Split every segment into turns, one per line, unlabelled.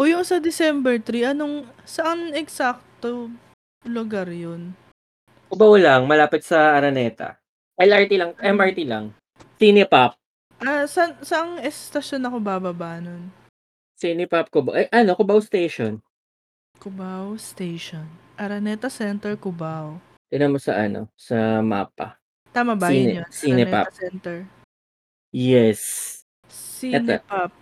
O yung sa December 3, anong saan eksakto lugar yun?
Kubaw lang, malapit sa Araneta. LRT lang, MRT lang. Cinepop.
Ah, saan, saang estasyon ako bababa nun?
Cinepop Cubao. Eh, ano, Cubao Station.
Cubao Station. Araneta Center, Cubao.
Tignan mo sa ano, sa mapa.
Tama ba
Sine-
yun yun?
Sinepap.
Araneta Center.
Yes.
Sinepap.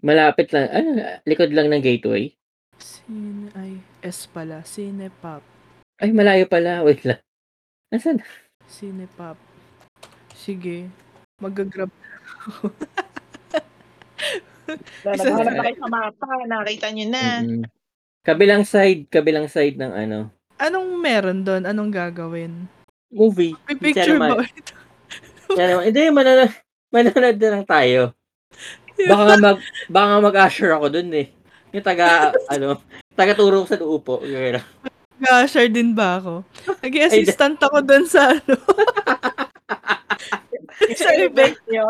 Malapit lang, ano, likod lang ng gateway.
Sine, ay, S pala. Sinepap.
Ay, malayo pala. Wait lang. Nasaan?
Sinepap. Sige. Mag-grab na ako. Isa-
Naghanap na kayo sa mapa, nakita nyo
Eh.
na.
Mm-mm. Kabilang side, kabilang side ng ano,
anong meron doon? Anong gagawin?
movie.
May picture
naman.
ba ulit?
Yan naman. Hindi, mananood, mananood na lang tayo. Baka nga mag, baka nga mag-usher ako dun eh. Yung taga, ano, taga turo ko sa uupo. Yun lang.
Nag-usher din ba ako? Nag-assistant ako doon sa ano. sa event.
nyo.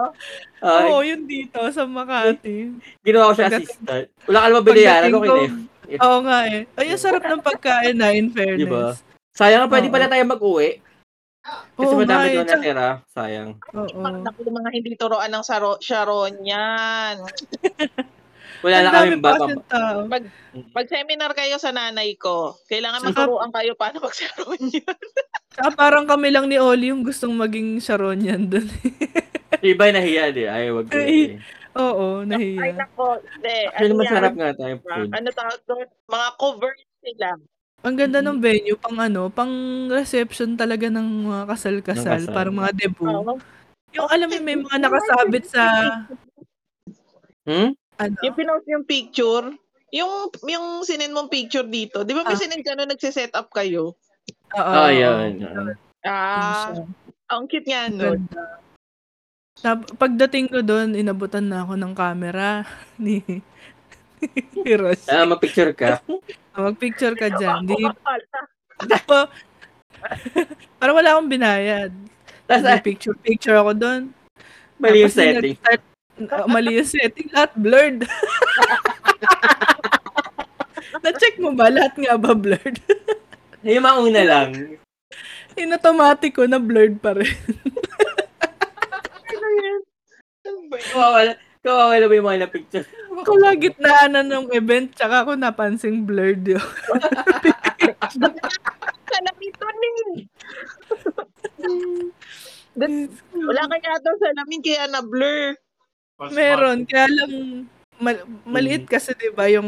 Ah,
Oo, yun dito, sa Makati.
ginawa ko siya
pagdating-
assistant. Wala ka ah. naman binayaran, okay na yun.
ko- Oo nga eh. Ay, ang sarap ng pagkain na, in fairness.
Diba? Sayang nga, pwede
Oo.
pala tayo mag-uwi. Kasi
Oo nga
madami
eh.
doon
tsaka-
natira. Sayang.
Oo.
Pak, naku, yung mga hindi turuan ng saro, Sharon yan.
Wala
Ang
na
dami
kami
pa
baka.
kasi tao.
Pag seminar kayo sa nanay ko, kailangan
Sarap.
maturuan kayo paano mag-sharon yun.
Tsaka parang kami lang ni Oli yung gustong maging Sharonian eh. doon.
Iba nahiya di. Ay, wag ko.
Ay,
eh.
Oo,
Ay,
nahiya.
nako. Hindi.
Actually,
ano
masarap
yan?
nga tayo food.
Ano tawag doon? Mga covert sila.
Ang ganda ng venue, pang ano, pang reception talaga ng mga kasal-kasal,
Ng kasal.
parang mga debut.
Oo.
Yung alam mo, may mga nakasabit sa,
Hmm?
ano,
Yung pinost yung picture, yung yung sinend mong picture dito, di ba may
Ah.
sinend ka nung nagsiset up kayo?
oo.
Ah, yun.
Ah,
Yun
ang cute nga
siya.
nun.
Ganda. Tap- pagdating ko doon, inabutan na ako ng camera ni, ni Rosh.
Ah, mag-picture ka. Ah.
Mag-picture ka dyan. Di,
Ako pala.
pa, parang wala akong binayad.
Tapos, ah,
picture picture ako doon.
mali yung
Tapos nung
setting.
nag-start- Oo, mali yung setting. Lahat blurred. Na-check mo ba? Lahat nga ba blurred?
Yung mauna lang.
In automatic ko, na-blurred pa rin.
Ano yan? Ano ba yun?
Kawawala. Kawawala ba yung mga na-picture?
Ako lagi na ng event, tsaka ako napansing blurred yun.
Salamin to ni. That- Wala ka yata salamin kaya na-blur.
Meron, kaya lang mal-
Mm.
maliit kasi 'di ba yung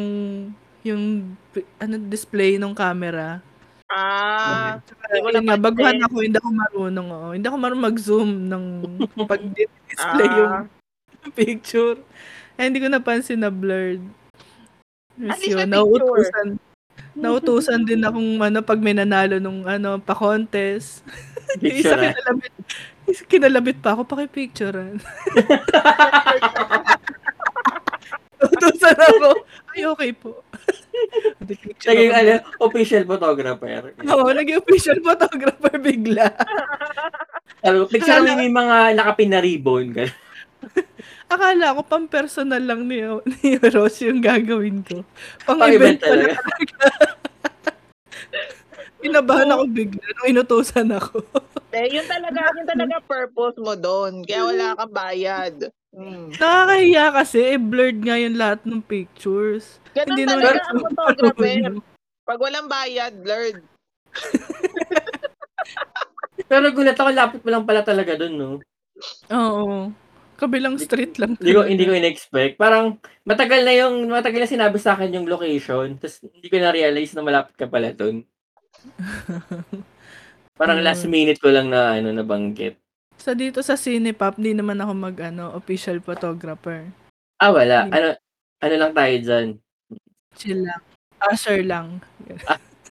yung pi- ano display ng camera.
Ah,
Tsaka,
Hindi mo
yun nga,
napansin.
baguhan ako, hindi ako marunong. oo. Hindi ako marunong mag-zoom ng pag-display
Ah.
yung picture. Eh, hindi ko napansin na blurred. Yes,
At least
yun,
may picture.
nauutusan, nauutusan din akong ano, pag may nanalo nung ano, pa-contest. Isa
Picture ah. na.
kinalabit, isa kinalabit pa ako, pakipicturean. Utusan ako. Ay, okay po. Picture
Naging
ako.
ano, official photographer.
Oo, naging official photographer bigla.
Sabi ko, picture mo yung mga nakapinaribon. Ganun.
Akala ko pang personal lang ni, ni Ross yung gagawin ko. Pang
Pang-event
event
talaga.
pala. Pinabahan ako bigla nung inutusan ako.
eh, yun talaga, yun talaga purpose mo doon. Kaya wala kang bayad. Mm.
Nakakahiya kasi, eh, blurred nga yung lahat ng pictures.
Ganun
Hindi naman
talaga
ako
ang photographer. Pag walang bayad, blurred.
Pero gulat ako, lapit mo lang pala talaga dun, no?
Oo. Kabilang street lang.
Hindi ko, hindi ko in-expect. Parang, matagal na yung, matagal na sinabi sa akin yung location. Tapos, hindi ko na-realize na malapit ka pala dun. Parang
Mm.
last minute ko lang na, ano, nabanggit.
Sa dito sa Cinepop, hindi naman ako mag ano, official photographer.
Ah, wala.
Hindi.
Ano, ano lang tayo dyan?
Chill lang. Usher lang.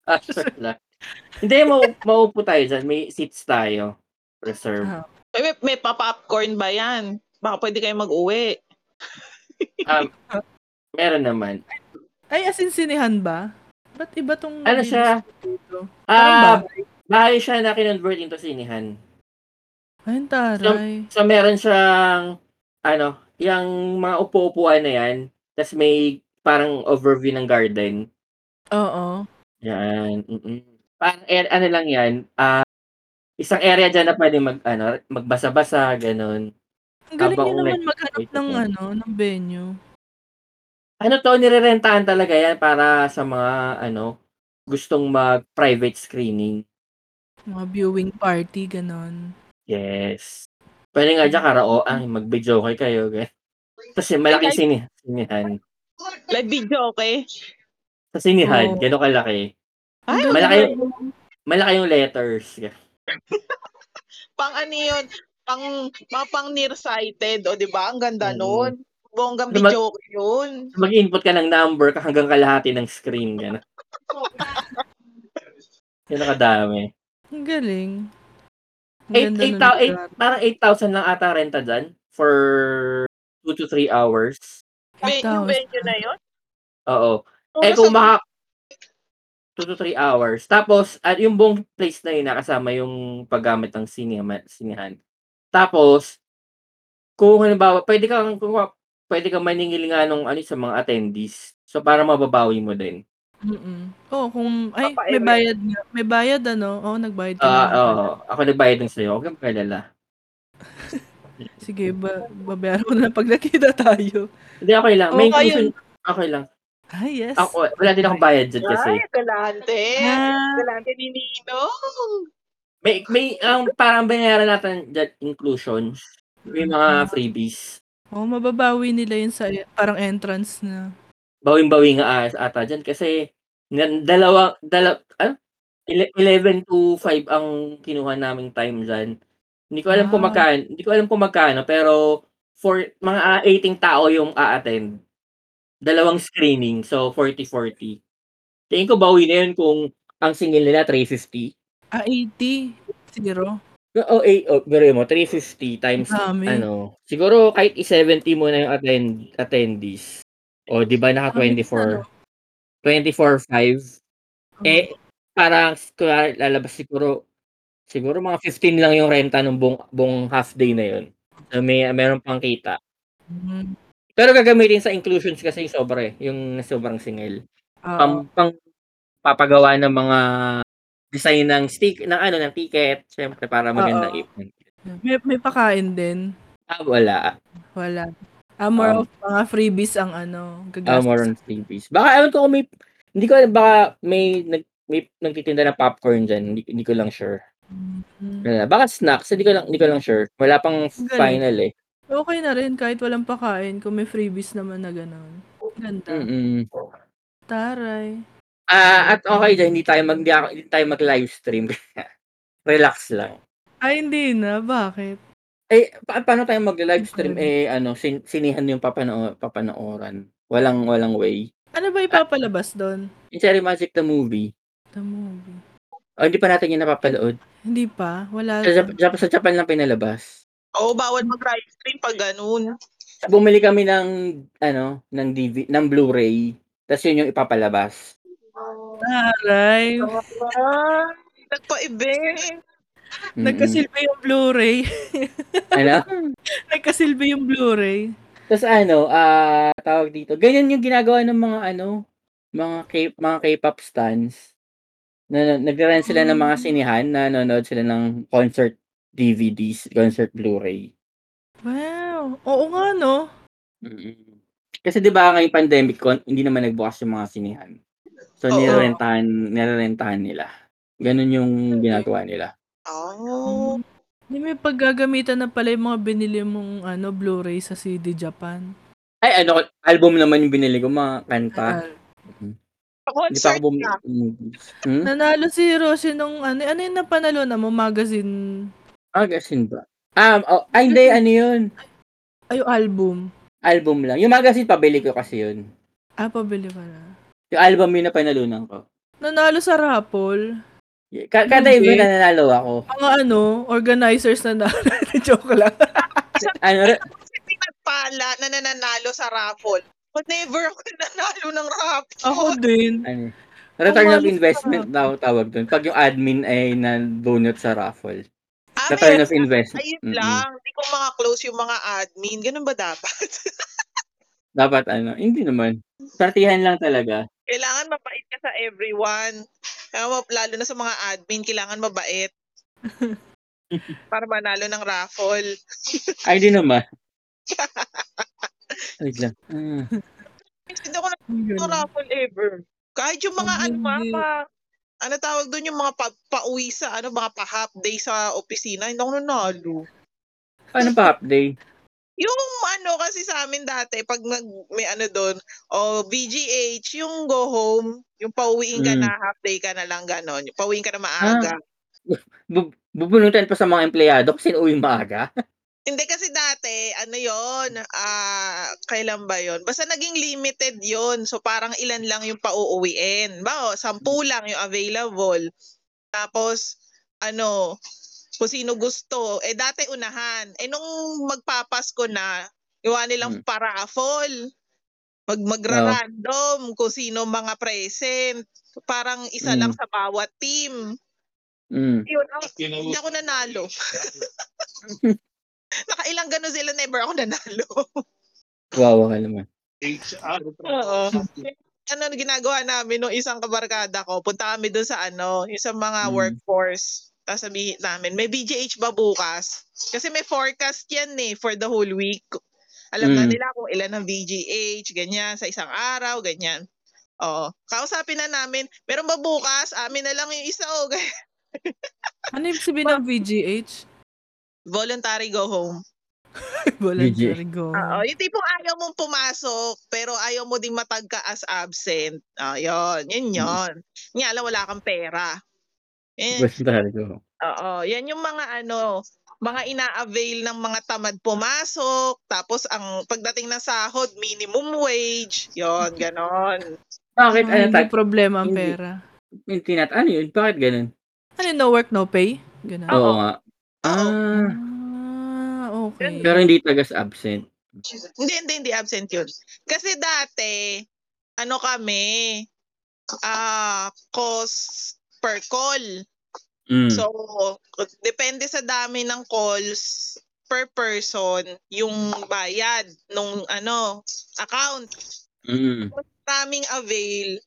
Ah, sure lang. Hindi, mau, maupo tayo dyan. May seats tayo. Reserve.
Ah.
Eh, may, may pa-popcorn ba yan? Baka pwede kayo mag-uwi.
Meron naman.
Ay, as in sinehan ba? Ba't iba tong...
Ano siya?
dito?
Ah, bahay siya na kinonvert into sinihan.
Ay, ang taray.
So, meron siyang, ano, yung mga upo-upuan na yan. Tapos may parang overview ng garden.
Oo.
Yan. mm-mm. Parang er- ano lang yan, ah, isang area dyan na pwede mag, ano, magbasa-basa, ganun.
Ang galing
Habang
niya naman maghanap
wait,
ng
wait.
ano, ng venue.
Ano to, nirerentahan talaga yan para sa mga, ano, gustong mag-private screening.
Mga viewing party, ganon.
Yes. Pwede nga dyan karaoang, mag-video kay kayo. ganun. Tapos yung malaking sini sinihan.
Live video, okay?
Sa sinihan,
Oo.
gano'ng kalaki.
Ay,
Ang
malaki.
galing.
Malaki yung letters.
Pang ano yun? Pang, mga pang nearsighted, o di ba? Ang ganda
Mm.
nun. Bonggang
Lumag-
video yun.
Mag-input ka ng number ka hanggang kalahati ng screen. Gano'n. Yan nakadami.
Ang galing. Ang
Eight,
ganda
eight,
ng
thou- eight,
lugar.
parang 8,000 lang ata renta dyan for 2 to 3 hours.
Ve-
8,000.
yung venue na yun.
Oo.
Oh,
eh kung
nasa-
maka... 2 to 3 hours. Tapos, at yung buong place na yun, nakasama yung paggamit ng sinima, sinihan. Tapos, kung halimbawa, pwede kang, kung, pwede kang maningil nga nung ano, sa mga attendees. So, para mababawi mo din.
Mm-mm. Oo, kung, ay, may
Papaere.
bayad nga. May bayad, ano? Oo, nagbayad ka.
eh, Ah,
na.
oo. ako nagbayad ng sa'yo. Huwag kang magalala.
Sige, ba, babayaran ko na lang pag nakita tayo.
Hindi, okay lang. May
Oo, ayun.
inclusion. Okay lang.
Ay, yes.
Ako, wala din akong bayad dyan kasi.
Ay, galante.
Ah,
Galante ni Nino.
May, may, um, parang binayaran natin dyan inclusions. May
Mm.
mga freebies.
oo, mababawi nila yun sa e, parang entrance na.
Bawing-bawi nga as- ata dyan kasi na- dalawa, dala, ah, ele- 11 to 5 ang kinuha naming time dyan. Hindi ko alam kung
Ah.
magkano, hindi ko alam kung magkano, pero for mga ah, 18 tao yung a-attend. Dalawang screening, so 40-40. Tingin ko bawi na yun kung ang single nila 350.
Ah, 80. Zero.
Oo, eh, oh, biro mo, 350 times,
Dami.
ano, siguro kahit i-70 mo na yung attend, attendees. O, di ba naka
Dami
24, 24-5.
Ano?
Eh, parang, kunwari, lalabas siguro, siguro mga 15 lang yung renta ng buong, buong half day na yun. So, may, meron pang kita.
Mm.
Pero gagamitin sa inclusions kasi yung sobra eh, yung sobrang singil.
Oo.
Pang, pang papagawa ng mga design ng stick, ng ano, ng ticket, syempre, para magandang
Oo.
event.
may, may pakain din.
Ah, wala.
Wala. Ah, more
Um,
of mga freebies ang ano. gagastos.
Ah, more on freebies. Baka ewan ko kung may hindi ko alam baka may nag may nagtitinda ng popcorn diyan. Hindi, hindi ko lang sure.
Mm.
Wala. Baka snacks, hindi ko lang hindi ko lang sure. Wala
Ang
pang
galing.
final eh.
Okay na rin kahit walang pakain kung may freebies naman na gano'n. Ganda.
Mm-mm.
Taray.
Ah, at okay dyan, hindi tayo mag hindi, ako- hindi tayo mag live stream. Relax lang.
Ay, hindi na. Bakit?
Eh pa- paano tayo mag live stream eh ano sin- sinihan yung papano papanooran. Walang walang way.
Ano
Ah.
ba ipapalabas doon?
Yung Cherry Magic the movie.
The movie.
Oh, hindi pa natin yun napapalood.
Hindi pa. Wala.
Sa, Jap- Jap- sa Japan lang pinalabas.
Oo, bawal mag-live stream pag ganun.
bumili kami ng ano, ng DV, ng Blu-ray. Tapos yun yung ipapalabas.
Taray.
Ah, Nagpa-event.
Mm-mm.
Nagkasilbi yung Blu-ray.
ano?
Nagkasilbi yung Blu-ray.
Tapos ano, ah tawag dito. Ganyan yung ginagawa ng mga ano, mga K, mga K-pop stans. Na, na nagre-rent sila ng mga
Ah.
sinihan, na nanonood sila ng concert DVDs, concert Blu-ray.
Wow. Oo nga, no?
Mm-mm. Kasi 'di ba ngayong pandemic kon, hindi naman nagbukas yung mga sinihan. So
Oo.
nirerentahan, nirerentahan nila. Ganun yung ginagawa nila.
Oh.
Hindi may paggagamitan na pala yung mga binili mong ano, Blu-ray sa CD Japan. Ah,
Ay, ano, album naman yung binili ko, mga kanta.
Taray.
Sa
Hindi pa
concert
ako bumili.
na.
Hmm?
Nanalo si Rosie nung ano, ano yung napanalo na mo? Magazine.
Ah, gasin ba? Ah, oh, ay, hindi, ano yun?
Ay, yung album.
Album lang. Yung magazine, pabili ko kasi yun.
Ah, pabili ka na.
Yung album yun na panalunan ko.
Nanalo sa raffle.
Ka- kada
Hindi.
event na nanalo ako.
Mga ano, organizers na nanalo. Joke lang.
Ano, re-
Kasi pinagpala na nananalo sa raffle. But never ako nanalo ng raffle.
Ako din.
ano, return
Ang
of
malas
investment
ka.
daw tawag doon. Pag yung admin ay na donut sa raffle.
ah,
Return of
meron.
investment.
Ayun
Mm-mm.
lang. Hindi ko mga close yung mga admin. Ganun ba dapat?
Dapat ano, hindi naman. Partihan lang talaga.
Kailangan mabait ka sa everyone. Kaya mo- Lalo na sa mga admin, kailangan mabait. Para manalo ng raffle.
Ay, di naman. Wait lang. Ah.
Hindi ako
Yun.
ng Ano raffle ever. Kahit yung mga
Ano? Ang
ano, mga
hindi.
pa- ano tawag doon yung mga pa, pauwi sa ano mga pa half day sa opisina hindi ako nanalo
Paano pa update?
yung ano kasi sa amin dati pag nag, may ano doon o VGH yung go home yung pauwiin ka
Mm.
na half day ka na lang ganon yung pauwiin ka na
Ah.
maaga
Bu- bubunutan pa sa mga empleyado kasi uwi maaga.
Hindi kasi dati, ano yon ah, kailan ba yon Basta naging limited yon So parang ilan lang yung pauuwiin. Ba, o, sampu lang yung available. Tapos, ano, kung sino gusto. Eh dati unahan. Eh nung magpapasko na, iwan nilang paraffle. Mag magra-random kung sino mga present. Parang isa
Mm.
lang sa bawat team.
Mm.
Yun, ang- hindi ako nanalo. Nakailang ganun sila, never ako nanalo.
Wow, ka naman.
HR.
Oo. ano ginagawa namin nung isang kabarkada ko, punta kami doon sa ano, yung sa mga
Mm.
workforce. Tapos sabihin namin, may BJH ba bukas? Kasi may forecast yan eh for the whole week. Alam na
Mm.
nila kung ilan ang BJH, ganyan, sa isang araw, ganyan. Oo. Kausapin na namin, meron ba bukas? Amin na lang yung isa. Oh.
Ano yung sabihin ng VGH?
Voluntary go home.
Voluntary go.
Oo, yung tipong ayaw mong pumasok, pero ayaw mo ding matagka as absent. Ah, yun, yun yun. Yung alam, wala kang pera. Yan,
Basta talaga. oh.
oo, yan yung mga ano, mga ina-avail ng mga tamad pumasok, tapos ang pagdating ng sahod, minimum wage, yon ganon.
Bakit
Ang
ano
hindi
tag?
problema ang
Hindi.
pera.
Yung tinat, ano yun? Bakit ganun?
Ano yung no work, no pay? Ganun.
Oo nga.
Oh,
Ah,
Ah, okay.
pero hindi tagas absent.
Hindi, hindi, hindi absent yun. Kasi dati, ano kami, ah, cost per call.
Hmm.
Mm.
So, depende sa dami ng calls per person yung bayad nung ano account.
mm.
Maraming avail.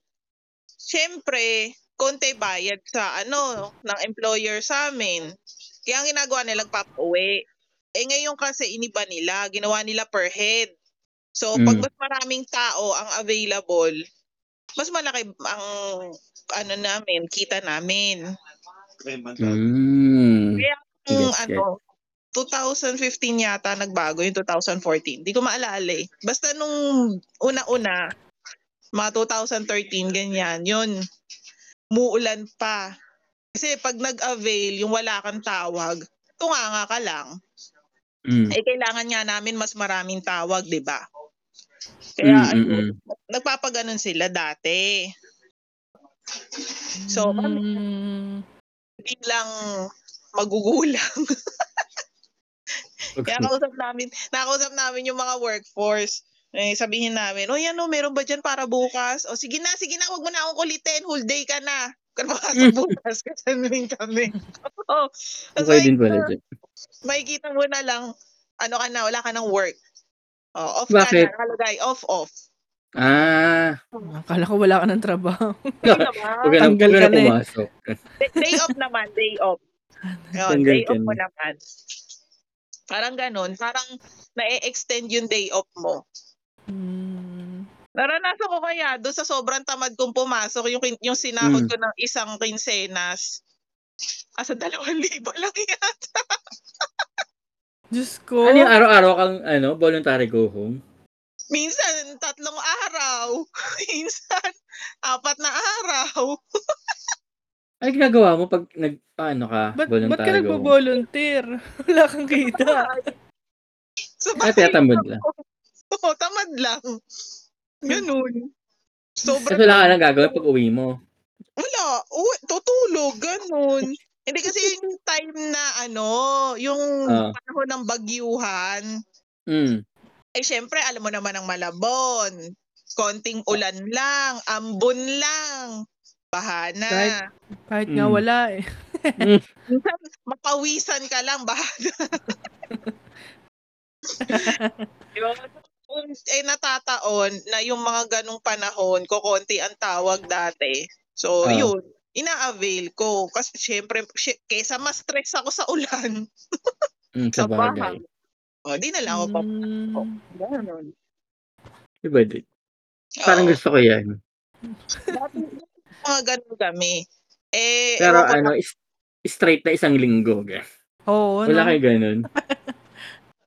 Siyempre, konti bayad sa ano ng employer sa amin. Kaya ang ginagawa nila nagpapauwi. Eh ngayon kasi iniba nila, ginawa nila per head. So pag
Mm.
mas maraming tao ang available, mas malaki ang ano namin, kita namin.
Mm.
Yung
Yes,
ano, 2015 yata nagbago yung 2014. Di ko maalala eh. Basta nung una-una, mga 2013, ganyan, yun, muulan pa. Kasi pag nag-avail, yung wala kang tawag, tunganga ka lang.
Mm.
Eh, kailangan nga namin mas maraming tawag, di ba?
Mm,
Kaya,
mm,
ano,
mm.
nagpapaganon sila dati. So, kami-
Mm.
Hindi lang magugulang.
Okay.
Kaya kausap namin, nakausap namin yung mga workforce. Eh, sabihin namin, o yan o, meron ba dyan para bukas? O sige na, sige na, wag mo na akong kulitin, whole day ka na. Kaya makasok bukas, kasanuin kami. Oo. Tapos
Okay din
may-
pala dyan.
Makikita mo na lang, ano ka na, wala ka ng work. O, off
Bakit?
ka na, nakalagay, off, off.
Ah,
Akala ko wala ka ng trabaho.
Hindi naman.
huwag ka na, huwag
Tanggal
ka
ka
na
na eh.
pumasok.
Day- day off naman, day off. Yun,
Tanggal
day
ka
off mo
na.
naman. Parang ganun, parang na-extend yung day off mo.
Mm.
Naranasan ko kaya doon sa sobrang tamad kong pumasok yung kin- yung
Mm.
sinahod ko ng isang quincenas. Asa dalawang libo lang yan.
Diyos ko.
Ano yung araw-araw kang ano, voluntary go home?
Minsan tatlong araw. Minsan apat na araw.
Ano ginagawa mo pag nag ano ka,
Ba't, ba't ka
voluntary go home?
nagbo-volunteer? Wala kang kita.
So
Ah, tinatamad lang.
Oo, tamad lang. Ganun. Sobrang
Kasi wala ka nang gagawin pag uwi mo.
Wala. Uwi, tutulog. Ganun. Hindi kasi yung time na ano, yung
Ah.
panahon ng bagyuhan,
Mm.
eh syempre alam mo naman ang Malabon. Konting
Oh.
ulan lang, ambon lang. Baha na.
Right. Kahit nga
Mm.
Hmm.
wala eh.
Mapawisan ka lang, baha na. Yun. eh natataon na yung mga ganong panahon ko konti ang tawag dati.
Ah.
So yun, ina-avail ko kasi syempre sy- kesa mas stress ako sa ulan
Mm,
sa
sa
bahay.
bagay.
O di na lang
Hmm.
ako pa.
Mm.
Oh. Ganun.
Diba, di? Parang
Oo,
gusto ko yan.
mga ganun kami. Eh,
Pero
ewan ko
ano, is- straight na isang linggo. gan.
Oo,
Wala
na.
kayo ganun.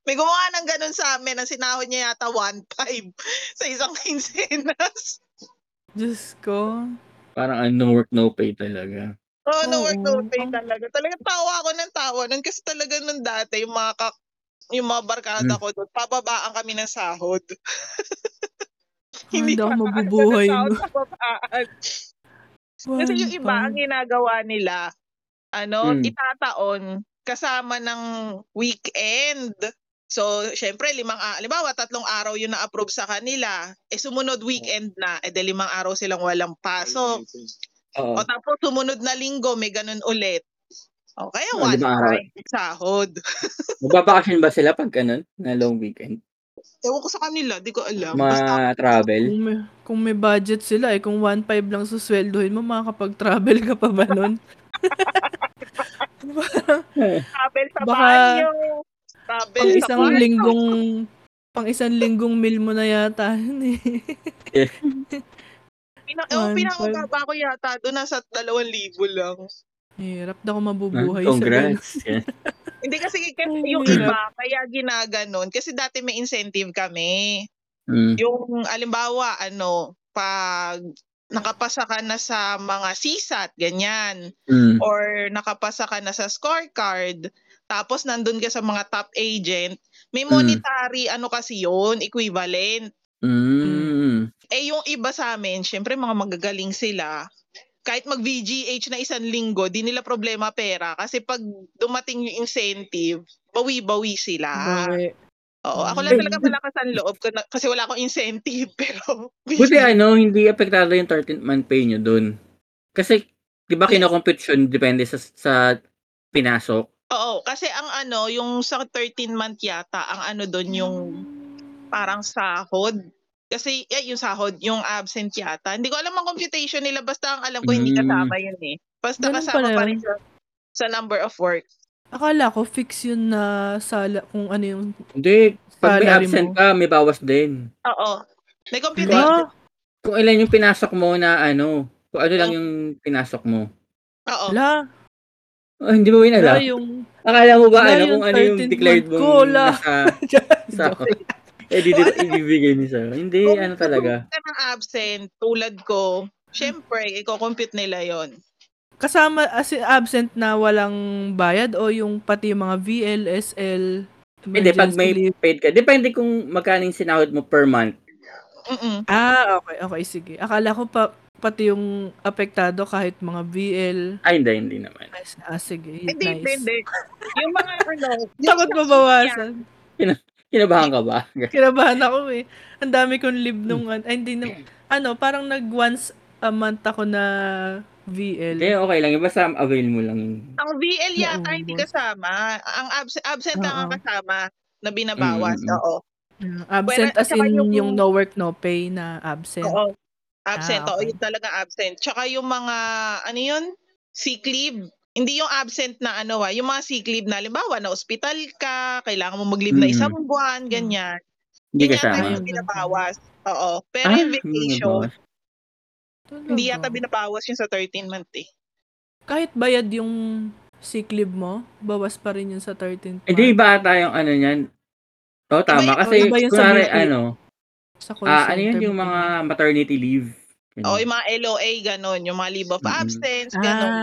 May gumawa ng ganun sa amin. Ang sinahod niya yata 1.5 sa isang quincenas.
Diyos ko.
Parang ano, no work, no pay talaga.
Oo, oh, no
Oo.
work, no pay talaga. Talaga tawa ako ng tawa nun kasi talaga nung dati yung mga kak yung mga barkada
Mm.
ko doon, pababaan kami ng sahod.
Hindi
ka
ako
ano,
mabubuhay.
ng sahod, pababaan. Kasi yung iba, ang ginagawa nila, ano,
Hmm.
Mm.
itataon kasama ng weekend. So, syempre, limang, a- halimbawa, tatlong araw yung na-approve sa kanila. Eh, sumunod weekend na, eh, de limang araw silang walang pasok.
Oo.
O tapos, sumunod na linggo, may ganun ulit. O, kaya
Ah,
Oh,
one
limang araw.
time sahod.
Magbabakasyon ba sila pag ganun? Na long weekend?
Ewan ko sa kanila, di ko alam. Basta,
Ma-travel?
Kung may, kung may budget sila eh, kung 1.5 lang susweldohin mo, makakapag-travel ka pa ba nun?
travel sa
Baka-
banyo.
pang
Travel sa
isang
banyo.
linggong pang isang linggong meal mo na yata yun eh.
Pina- Ewan,
One
pinakababa ko yata doon, nasa dalawang libo lang.
Hirap na ako mabubuhay sa ganun.
Ah, Congrats. Yeah.
Hindi kasi kasi
Ang
yung
hirap.
iba, kaya ginaganon. Kasi dati may incentive kami.
Mm.
Yung, alimbawa, ano, pag nakapasa ka na sa mga CSAT, ganyan,
Mm.
or nakapasa ka na sa scorecard, tapos nandun ka sa mga top agent, may
Mm.
monetary ano kasi yun, equivalent.
Mm.
Eh yung iba sa amin, syempre mga magagaling sila. Kahit mag-VGH na isang linggo, di nila problema pera. Kasi pag dumating yung incentive, bawi-bawi sila.
Bawi.
Oo, ako lang
Eh,
talaga malakas ang loob ko na- kasi wala akong incentive. Pero,
Buti ano, hindi apektado yung 13th month pay nyo dun. Kasi, di ba kinocompute yun depende sa, sa pinasok?
oo, kasi ang ano, yung sa 13 month yata, ang ano doon yung parang sahod. Kasi eh, yung sahod, yung absent yata. Hindi ko alam ang computation nila. Basta ang alam ko, hindi
Mm.
kasama yun eh. Basta
Ganun
kasama
pala
pa
yun.
rin sa, sa number of work.
Akala ko fix yun na sala kung ano yung
Hindi. Pag may
Salary
absent
mo.
ka, may bawas din.
Oo. May computation.
Ala,
Kung ilan yung pinasok mo na ano, kung ano lang yung pinasok mo.
Oo.
ala,
Ah, hindi mo yun
ala
alam.
yung
Akala mo ba
Wala
ano
yung
kung ano yung
13th
declared
month
mong
ko, wala.
nasa sa eh di di- ibibigay niya sa'yo. Hindi
Kung
ano talaga.
nag-commute ka ng absent, tulad ko, syempre, i-compute nila yon
kasama as in absent na walang bayad o yung pati yung mga VL, SL,
Hindi pag
emergency
may
leave?
paid ka. Depende kung magkano yung sinahod mo per month.
Mm-mm.
Ah, okay, okay, sige. Akala ko pa, pati yung apektado kahit mga VL.
Ay hindi hindi naman.
Ah, s- Ah, sige, yun,
Hindi, hindi,
nice.
hindi. Yung mga ano,
Takot mabawasan.
Kinabahan ka ba?
Kinabahan ako eh. Ang dami kong leave nung, an- ay, hindi nung, ano, parang nag once a month ako na
Hindi
VL.
okay lang yung basta avail mo lang. yun.
Ang VL
Oo.
yata hindi kasama. Ang abs- absent lang ang
Oo.
kasama na
Mm,
binabawas.
mm, mm.
Oo.
Yeah, Absent
Wala-
as in
tsaka yung-
yung, no work, no pay na absent.
Oo. Absent.
Ah,
Oo,
okay.
yun talaga absent. Tsaka yung mga, ano yun? Sick leave. Hindi yung absent na ano ah. Yung mga sick leave na, limbawa, na ospital ka, kailangan mo mag-leave na
Mm.
isang buwan, ganyan.
Hindi
Yun yata
kasama.
yung binabawas. Oo. Pero
Ah,
yung vacation,
binabawas.
hindi yata
Talaga.
binabawas yung sa 13 month eh.
Kahit bayad yung sick leave mo, bawas pa rin yun sa 13th month.
Hindi ba ata yung ano niyan? Oo, tama.
yun.
Kasi,
Iba yun sa
kunwari,
Bicol.
ano,
Sa call
ah, ano
center.
yun yung
ba yun?
mga maternity leave. Yun.
Oo, yung mga LOA, ganun. Yung mga leave of
Mm. Mm-mm.
absence, ganun. Oo.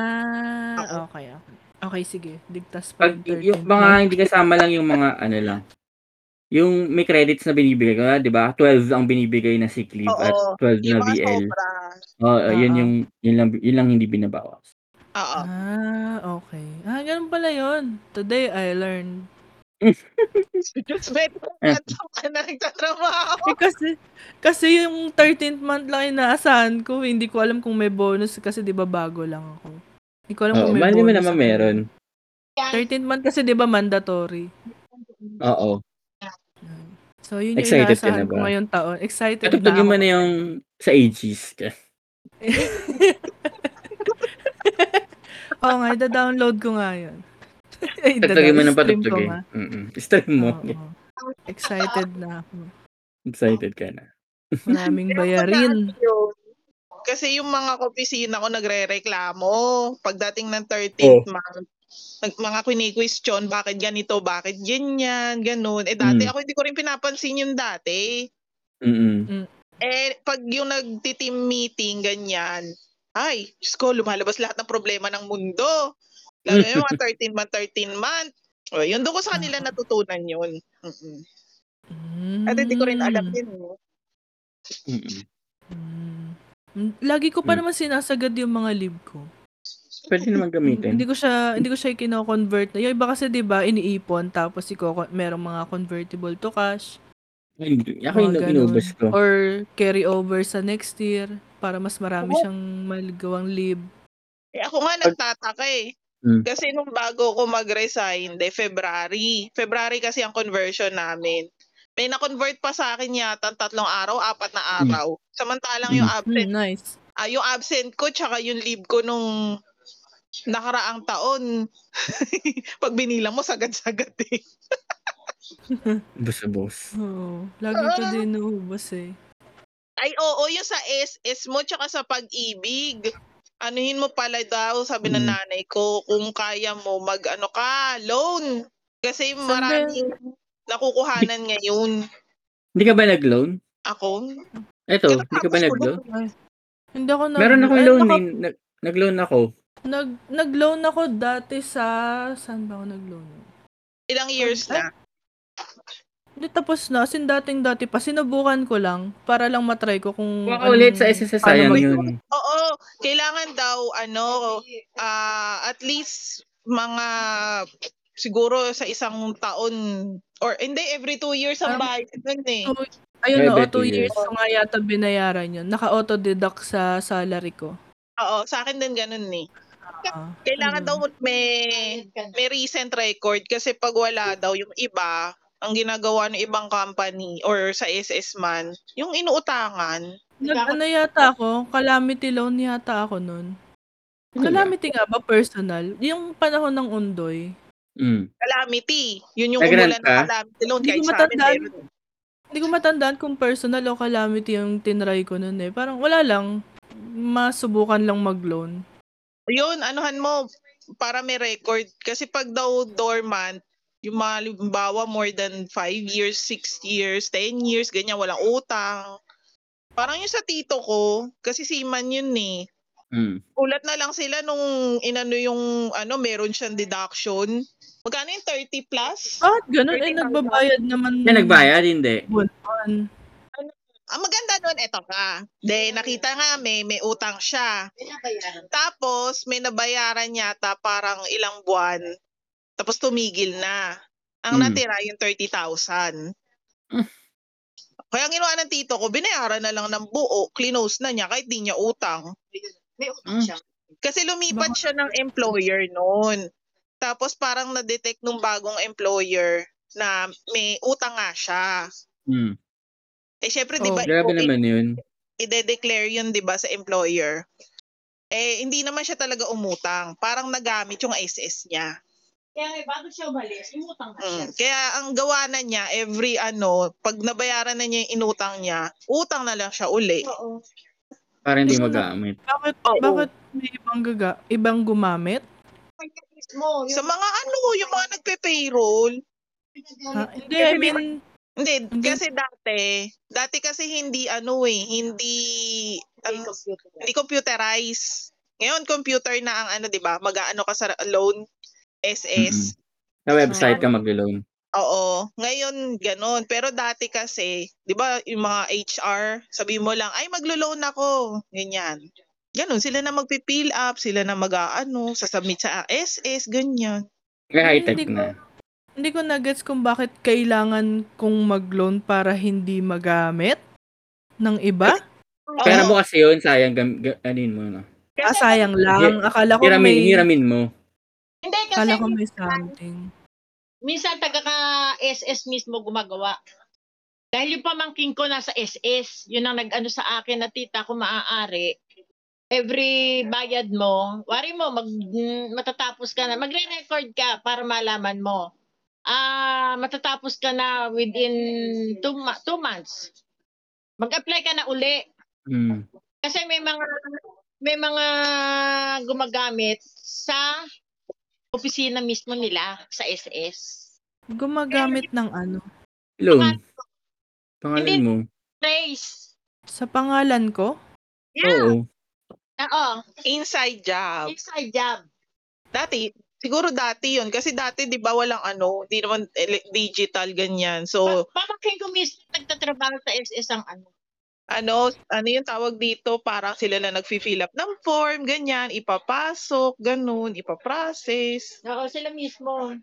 Ah, okay, okay. Okay, sige. Digtas pa
Pag,
yung 13th
yung mga hindi kasama lang yung mga, ano lang, yung may credits na binibigay ko, di ba? 12 ang binibigay na sick leave at
Oo.
12
Yung
na
mga ah.
VL.
sobra.
Oo, yun
Oo.
yung, yun lang, yun lang hindi binabawas.
Oo.
Ah, okay. Ah, ganun pala yun. Today, I learned.
Diyos, may tatlo ka na nagtatrabaho.
Eh, kasi, kasi yung 13th month lang inaasahan ko. Eh, Hindi ko alam kung may bonus kasi di ba bago lang ako. Hindi ko alam
Oo,
kung may
mali
bonus.
mo naman
ako.
meron.
13th month kasi di ba mandatory.
Oo.
Yun. So, yun yung
Excited ka
inaasahan
na ba?
ko ngayong taon. Excited
Katutugin
na
mo
ako.
na yung sa ages ka.
Oo nga, ida-download ko nga yun.
Katutugin mo ng
Ida-stream ko
patutugin.
nga.
Mm-mm. Stream mo.
Oo. Excited na ako.
Excited ka na.
Maraming
Pero
bayarin.
pag dati yun, Kasi yung mga kopisina ko nagre-reklamo pagdating ng 13th month. Nag, mga kwini-question, bakit ganito, bakit ganyan, ganun. Eh dati
Mm.
ako hindi ko rin pinapansin yung dati.
Mm-mm.
Eh pag yung nagti-team meeting, ganyan. Ay, Diyos ko, lumalabas lahat ng problema ng mundo. Lalo yung mga 13 month, 13 month. O, yun doon ko sa kanila natutunan yun. Mm-mm.
Hmm.
At hindi ko rin alam yun. eh.
Mm-mm.
Mm. Mm. Lagi ko pa
Mm.
naman sinasagad yung mga lib ko.
Pwede naman gamitin.
Hindi ko siya hindi ko siya kino-convert. Yung iba kasi 'di ba iniipon tapos iko merong mga convertible to cash
Ay, Hindi. Ako yung
Mga ganun.
inubos ko.
or carry over sa next year para mas
Oh.
marami siyang maligawang lib.
Eh, ako nga nagtataka eh.
Mm.
Kasi nung bago ko mag-resign, de February. February kasi ang conversion namin. May na-convert pa sa akin yata tatlong araw, apat na araw. Samantalang yung absent,
Mm, nice.
ah, yung absent ko tsaka yung leave ko nung nakaraang taon. Pag binilang mo, sagad-sagad eh.
Ubos-ubos.
Oo. Lagi ko din naubos eh.
Ay, oo, yung sa SS mo tsaka sa pag-ibig. Anuhin mo pala daw, sabi ng
Mm.
nanay ko, kung kaya mo mag ano ka, loan. Kasi
Saan
maraming nakukuhanan ngayon.
Hindi ka ba nag-loan?
Ako,
Eto, hindi ka ba
Kinatapos ko
nag-loan?
Ay, Hindi ako nag
Meron akong
ay,
loan
naka-
eh. Nag- Nag-loan ako.
Nag nag-loan ako dati sa saan ba ako nag-loan?
ilang years
Ay,
na.
Hindi tapos na, sin dating dati pa sinubukan ko lang para lang matry ko kung ano
Baka
anong-
ulit sa SSS sayang
paano mag-
yun.
Oo, kailangan daw ano ah, at least mga siguro sa isang taon or hindi every two years ang
Tama.
bayad nun eh.
um, Ayun na,
Private
auto
years.
years ko nga yata binayaran yun. Naka-auto deduct sa salary ko.
Oo, sa akin din ganun eh.
Ah,
Kailangan
ayun.
daw may may recent record kasi pag wala daw yung iba ang ginagawa ng ibang company or sa SS man, yung inuutangan.
Nag, ano yata ako, calamity loan yata ako nun.
Ano
Calamity nga ba personal? Yung panahon ng undoy.
Mm.
Calamity. Yun yung
Nag-grant
umulan ng
ka?
calamity loan.
Hindi
Kahit
ko
sa amin,
matandaan.
meron.
Hindi ko matandaan kung personal o calamity yung tinry ko nun eh. Parang wala lang. Masubukan lang mag-loan.
Yun, anuhan mo para may record. Kasi pag daw dormant, yung mga limbawa more than 5 years, 6 years, 10 years, ganyan, walang utang. Parang yung sa tito ko, kasi seaman yun eh.
Mm.
Ulat na lang sila nung inano yung, ano, meron siyang deduction. Magkano yung 30 plus?
Bakit ganun? Eh, nagbabayad naman.
Kaya nagbayad, hindi.
buwan.
Ang maganda nun, eto ka. De, nakita nga, may, may utang siya. Tapos, may nabayaran yata parang ilang buwan. Tapos tumigil na. Ang
Mm.
Hmm.
natira yung 30,000.
Mm.
Kaya ang ginawa ng tito ko, binayaran na lang ng buo, clinose na niya kahit di niya utang.
Mm.
Kasi
Hmm.
lumipat
Baka-
siya ng employer noon. Tapos parang na-detect nung bagong employer na may utang nga siya.
Mm.
Eh syempre, di
Oh,
ba,
Grabe
okay,
naman yun.
ide-declare yun, di ba, sa employer. Eh, hindi naman siya talaga umutang. Parang nagamit yung SS niya.
Kaya bago siya umalis, umutang na siya.
Mm. Kaya ang gawa na niya, every ano, pag nabayaran na niya yung inutang niya, utang na lang siya uli.
Oo.
Para hindi
Gusto mo-
magamit.
Bakit,
Oo.
bakit may ibang, gaga, ibang gumamit?
Mo,
Sa mga ano, yung mga nagpe-payroll.
Ha? Ah, Hindi,
Kasi
I
di
mean,
Hindi,
Hindi.
kasi dati, dati kasi hindi ano eh, hindi, ano, hindi computerized. Ngayon, computer na ang ano, di ba? Mag-ano ka sa loan, SS.
Mm-mm. Sa website ka mag-loan.
Oo. Ngayon, ganun. Pero dati kasi, di ba, yung mga HR, sabi mo lang, ay, maglo-loan ako. Ganyan. Ganun, sila na magpipill up, sila na mag-ano, sasubmit sa SS, ganyan.
Kaya high-tech
Hindi ko-
na.
hindi ko nagets kung bakit kailangan kong mag-loan para hindi magamit ng iba.
Oo.
Pera mo
Ano?
kasi yun, sayang gam- ga- anin mo. No?
Ah, sayang lang. Akala ko
Hiramin,
may,
hiramin mo.
Hindi kasi
akala ko may something.
minsan taga ka SS mismo gumagawa. Dahil yung pamangking ko nasa SS, yun ang nag-ano sa akin na tita, kung maaari, every bayad mo, wari mo, mag, mm, matatapos ka na, magre-record ka para malaman mo. Ah, matatapos ka na within two, ma- two months. Mag-apply ka na uli.
Mm.
Kasi may mga may mga gumagamit sa opisina mismo nila sa SS.
Gumagamit ng ano?
Hello.
Pangalan-
Pangalan
Hindi-
mo?
Trace.
Sa pangalan ko?
Oh.
Oo.
Oo,
Inside job.
inside oh, job.
Dati, siguro dati yun. Kasi dati, di ba, walang ano, di naman ele- digital, ganyan.
Pa-
So,
pamangkin ko mismo nagtatrabaho sa SS ang ano.
ano, ano yung tawag dito, parang sila lang nag-fill up ng form, ganyan, ipapasok, ganun, ipaprocess.
Oo, sila mismo.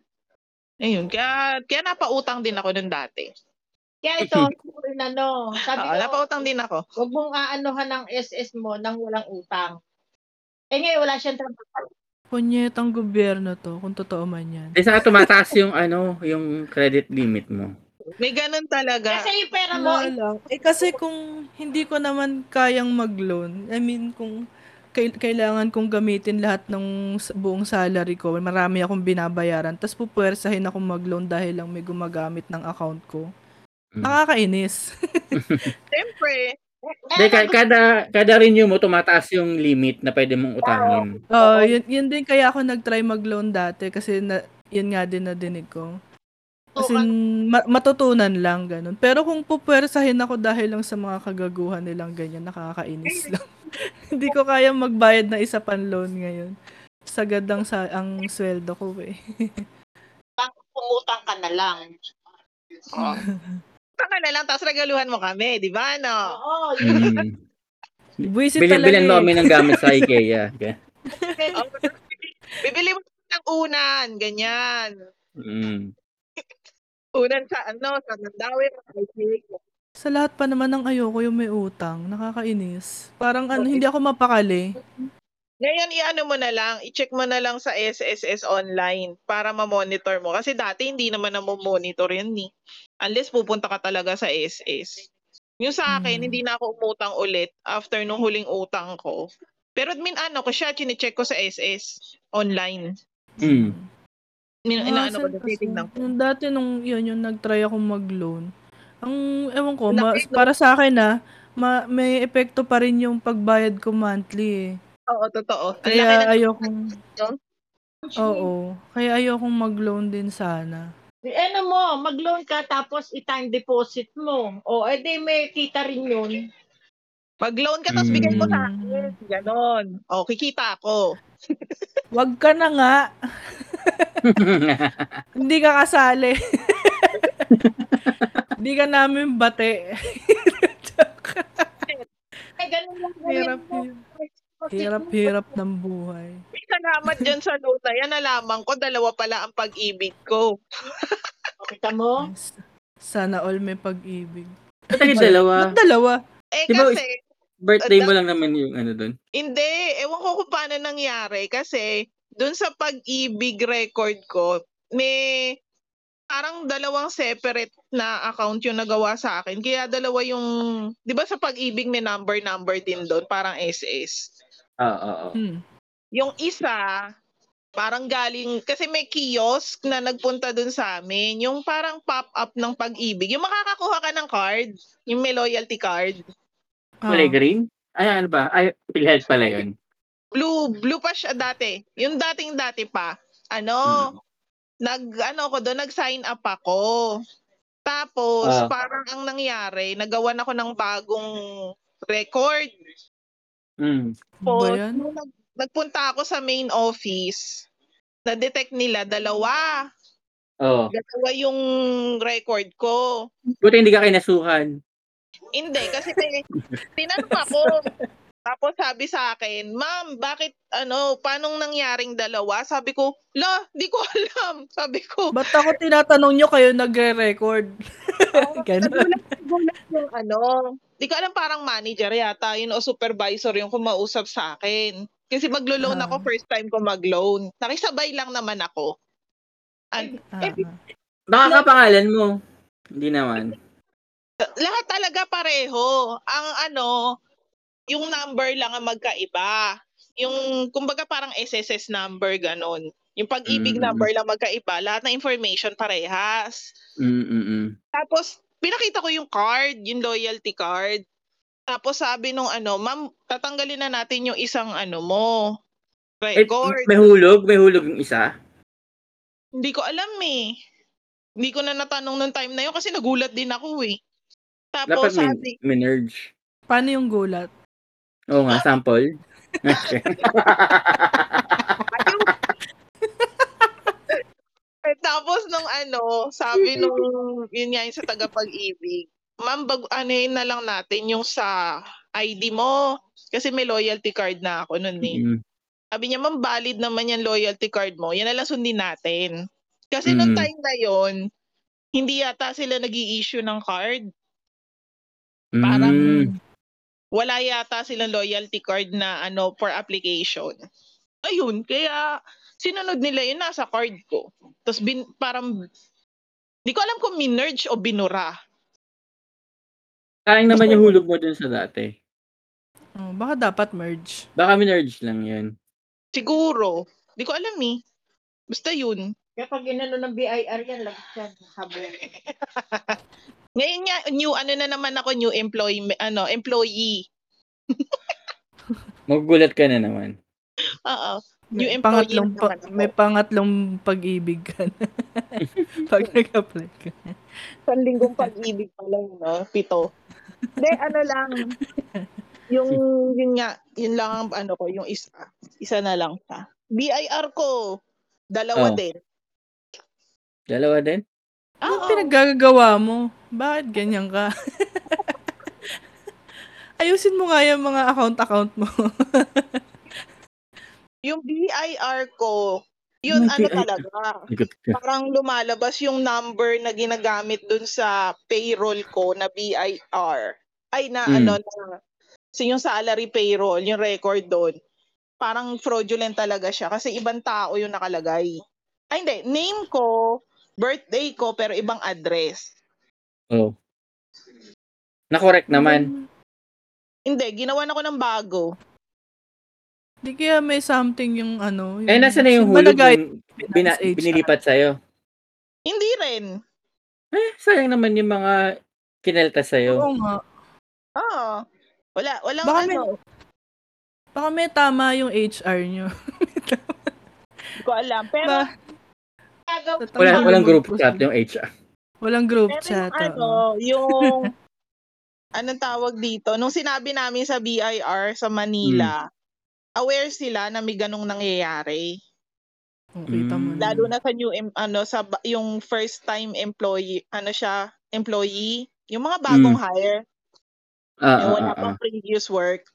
Ayun, kaya, kaya napautang din ako nun dati.
Kaya ito, ang ano,
Oo,
sabi ko,
Ah, napautang din ako.
huwag mong aanuhan ng SS mo nang walang utang. Eh ngayon, wala siyang trabaho.
Punyetang gobyerno to, kung totoo man yan.
Eh, saka tumataas yung ano, yung credit limit mo.
May ganun talaga.
Kasi yung pera mo,
Wala lang. Eh kasi kung hindi ko naman kayang mag-loan, I mean kung kail- kailangan kong gamitin lahat ng s- buong salary ko, marami akong binabayaran, tapos pupuwersahin akong mag-loan dahil lang may gumagamit ng account ko.
Mm.
Nakakainis.
Siyempre,
eh,
Dahil ka- kada, kada renew mo, tumataas yung limit na pwede mong utangin.
Oo, Oh, yun, yun din kaya ako nag-try mag-loan dati kasi na, yun nga din nadinig ko. Kasi
nagutukan.
ma- matutunan lang, ganun. Pero kung pupuwersahin ako dahil lang sa mga kagaguhan nilang ganyan, nakakainis lang. Hindi ko kaya magbayad na isa pang loan ngayon. Sagad lang sa ang sweldo ko eh.
umutang ka na lang.
oh. Taka na lang, tapos regaluhan mo kami, di ba, ano? no?
Oo, yun
Mm.
Buisit
Bilhin,
talaga
bilhin mo
eh.
kami ng gamit sa IKEA. Okay.
Oh, bibili mo ng unan, ganyan.
Mm.
Unan sa ano, sa Mandawin, sa Isig.
Sa lahat pa naman ng ayoko yung may utang. Nakakainis. Parang ano, hindi ako mapakali.
Ngayon, i-ano mo na lang, i-check mo na lang sa SSS online para ma-monitor mo. Kasi dati hindi naman na monitor yun ni. Unless pupunta ka talaga sa SS. Yung sa akin,
Hmm.
hindi na ako umutang ulit after nung huling utang ko. Pero min ano ko siya, chinecheck ko sa SS online.
Mm.
Min, inaano ko,
Minsan Ah, kasi,
titignan ko.
Nung dati nung yun yung nag-try akong mag-loan, ang ewan ko, ma-
Laki, no?
para sa akin na may epekto pa rin yung pagbayad ko monthly eh.
Oo, totoo. Ang laki
Kaya
na
ayokong,
no?
oo, kaya ayokong mag-loan din sana.
Eh, ano mo, mag-loan ka tapos i-time deposit mo. O, edi may kita rin yun.
Mag-loan ka, tapos bigay mo sa akin.
Mm.
Ganon. O, kikita ako.
Wag ka na nga, hindi ka kasali. Hindi ka namin bate.
Eh, ganun lang gawin
hirap,
mo.
hirap, hirap, hirap ng buhay.
May salamat dyan sa loan na yan. Nalaman ko, dalawa pala ang pag-ibig ko.
Kita mo?
Sana all may pag-ibig.
Ba't ang dalawa?
Ba't dalawa?
Eh,
Di ba,
kasi,
Birthday mo lang naman yung ano doon.
hindi. Ewan ko kung paano nangyari. Kasi, dun sa pag-ibig record ko, may parang dalawang separate na account yung nagawa sa akin. Kaya dalawa yung, di ba sa pag-ibig may number-number din doon, parang SS.
Oo, oo. oo.
Hmm.
Yung isa, parang galing, kasi may kiosk na nagpunta dun sa amin. Yung parang pop-up ng pag-ibig. Yung makakakuha ka ng card, yung may loyalty card.
Ah.
Kulay green? Ay, ano ba? Ay, Philhealth pala yun.
Blue, blue pa siya dati. Yung dating dati pa. Ano, nag, ano ko doon, nag-sign up ako. Tapos,
Ah.
parang ang nangyari, nagawan ako ng bagong record.
Mm.
Ano Ba
Tapos,
yan?
nung nag- nagpunta ako sa main office, na-detect nila dalawa.
Oo.
Dalawa yung record ko.
Buti hindi ka kinasuhan.
Hindi, kasi may, tinanong ako. Tapos sabi sa akin, ma'am, bakit, ano, paanong nangyaring dalawa? Sabi ko, la, di ko alam. Sabi ko,
Ba't ako tinatanong nyo kayo nagre-record? Ganun.
nagulat yung ano, di ko alam parang manager yata yun o supervisor yung kumausap sa akin. Kasi maglo-loan
Ah.
ako, first time ko mag-loan. Nakisabay lang naman ako. An-
Ah, ah.
Baka kapangalan mo. Hindi naman.
lahat talaga pareho. Ang ano, yung number lang ang magkaiba. Yung, kumbaga parang SSS number, ganun. Yung pag-ibig
Mm.
number lang magkaiba. Lahat ng information parehas.
Mm, Mm-mm.
Tapos, pinakita ko yung card, yung loyalty card. Tapos sabi nung ano, ma'am, tatanggalin na natin yung isang ano mo. Record.
May hulog? May hulog yung isa?
Hindi ko alam eh. Hindi ko na natanong nung time na yun kasi nagulat din ako eh. Tapos
Dapat may,
sabi,
may nerge.
Paano yung gulat?
Oo nga, sample.
Eh, tapos nung ano, sabi nung, yun nga yung sa tagapag-ibig, ma'am, bag, ano yun na lang natin yung sa ID mo. Kasi may loyalty card na ako nun eh.
Mm.
Sabi niya, ma'am, valid naman yung loyalty card mo. Yan na lang sundin natin. Kasi nung
Mm.
time na yon hindi yata sila nag issue ng card. Parang
Mm.
Hmm.
wala yata silang loyalty card na ano for application. Ayun, kaya sinunod nila yun nasa card ko. Tapos bin, parang di ko alam kung minerge o binura.
Sayang naman yung hulog mo dun sa dati.
Oh, baka dapat merge.
Baka may nerge lang yun.
Siguro. Di ko alam eh. Basta yun.
Kapag inano ng BIR yan, lagot yan. Habol.
Ngayon nga, new, ano na naman ako, new employee, ano, employee.
Magugulat ka na naman.
Oo. New
May
employee
pangatlong,
na
pa-
naman ako.
may pangatlong pag-ibig ka na. Pag nag-apply ka.
Panlinggong pag-ibig pa lang, no? Pito. Hindi, ano lang. Yung, yun nga, yun lang ang ano ko, yung isa. Isa na lang siya. BIR ko,
Oh.
dalawa din.
Dalawa din?
Anong
Oo.
pinaggagawa mo? Bakit ganyan ka? Ayusin mo nga yung mga account-account mo.
yung BIR ko, yun
Ano yung
ano
BIR?
talaga,
Ikot ka.
parang lumalabas yung number na ginagamit dun sa payroll ko na BIR. Ay, na
Mm.
ano, na, so yung salary payroll, yung record doon, parang fraudulent talaga siya kasi ibang tao yung nakalagay. Ay, hindi. Name ko, birthday ko, pero ibang address.
Oo. Na-correct naman.
Hindi, ginawan ako ng bago.
Di kaya may something yung ano.
Eh, nasa na yung
si
hulog
Malagay,
yung bina-
Finance HR.
binilipat sa'yo?
Hindi rin.
Eh, sayang naman yung mga kinalta sa'yo.
Oo nga.
Oo. Ah, Wala, walang
Baka may-
ano.
Baka may tama yung HR nyo.
Hindi ko alam. Pero
Ba-
Wala,
Tama
walang
naman
group
po
chat
siya.
yung HR.
Walang group
Pero
chat.
yung ano,
oo.
yung anong tawag dito, nung sinabi namin sa BIR sa Manila,
Hmm.
aware sila na may ganong nangyayari.
Oo, kita
Mm.
mo na.
Lalo na sa new em- ano sa ba- yung first time employee, ano siya, employee, yung mga bagong hire,
Hmm. Ah,
yung
ah,
wala
ah, ah.
pang previous work.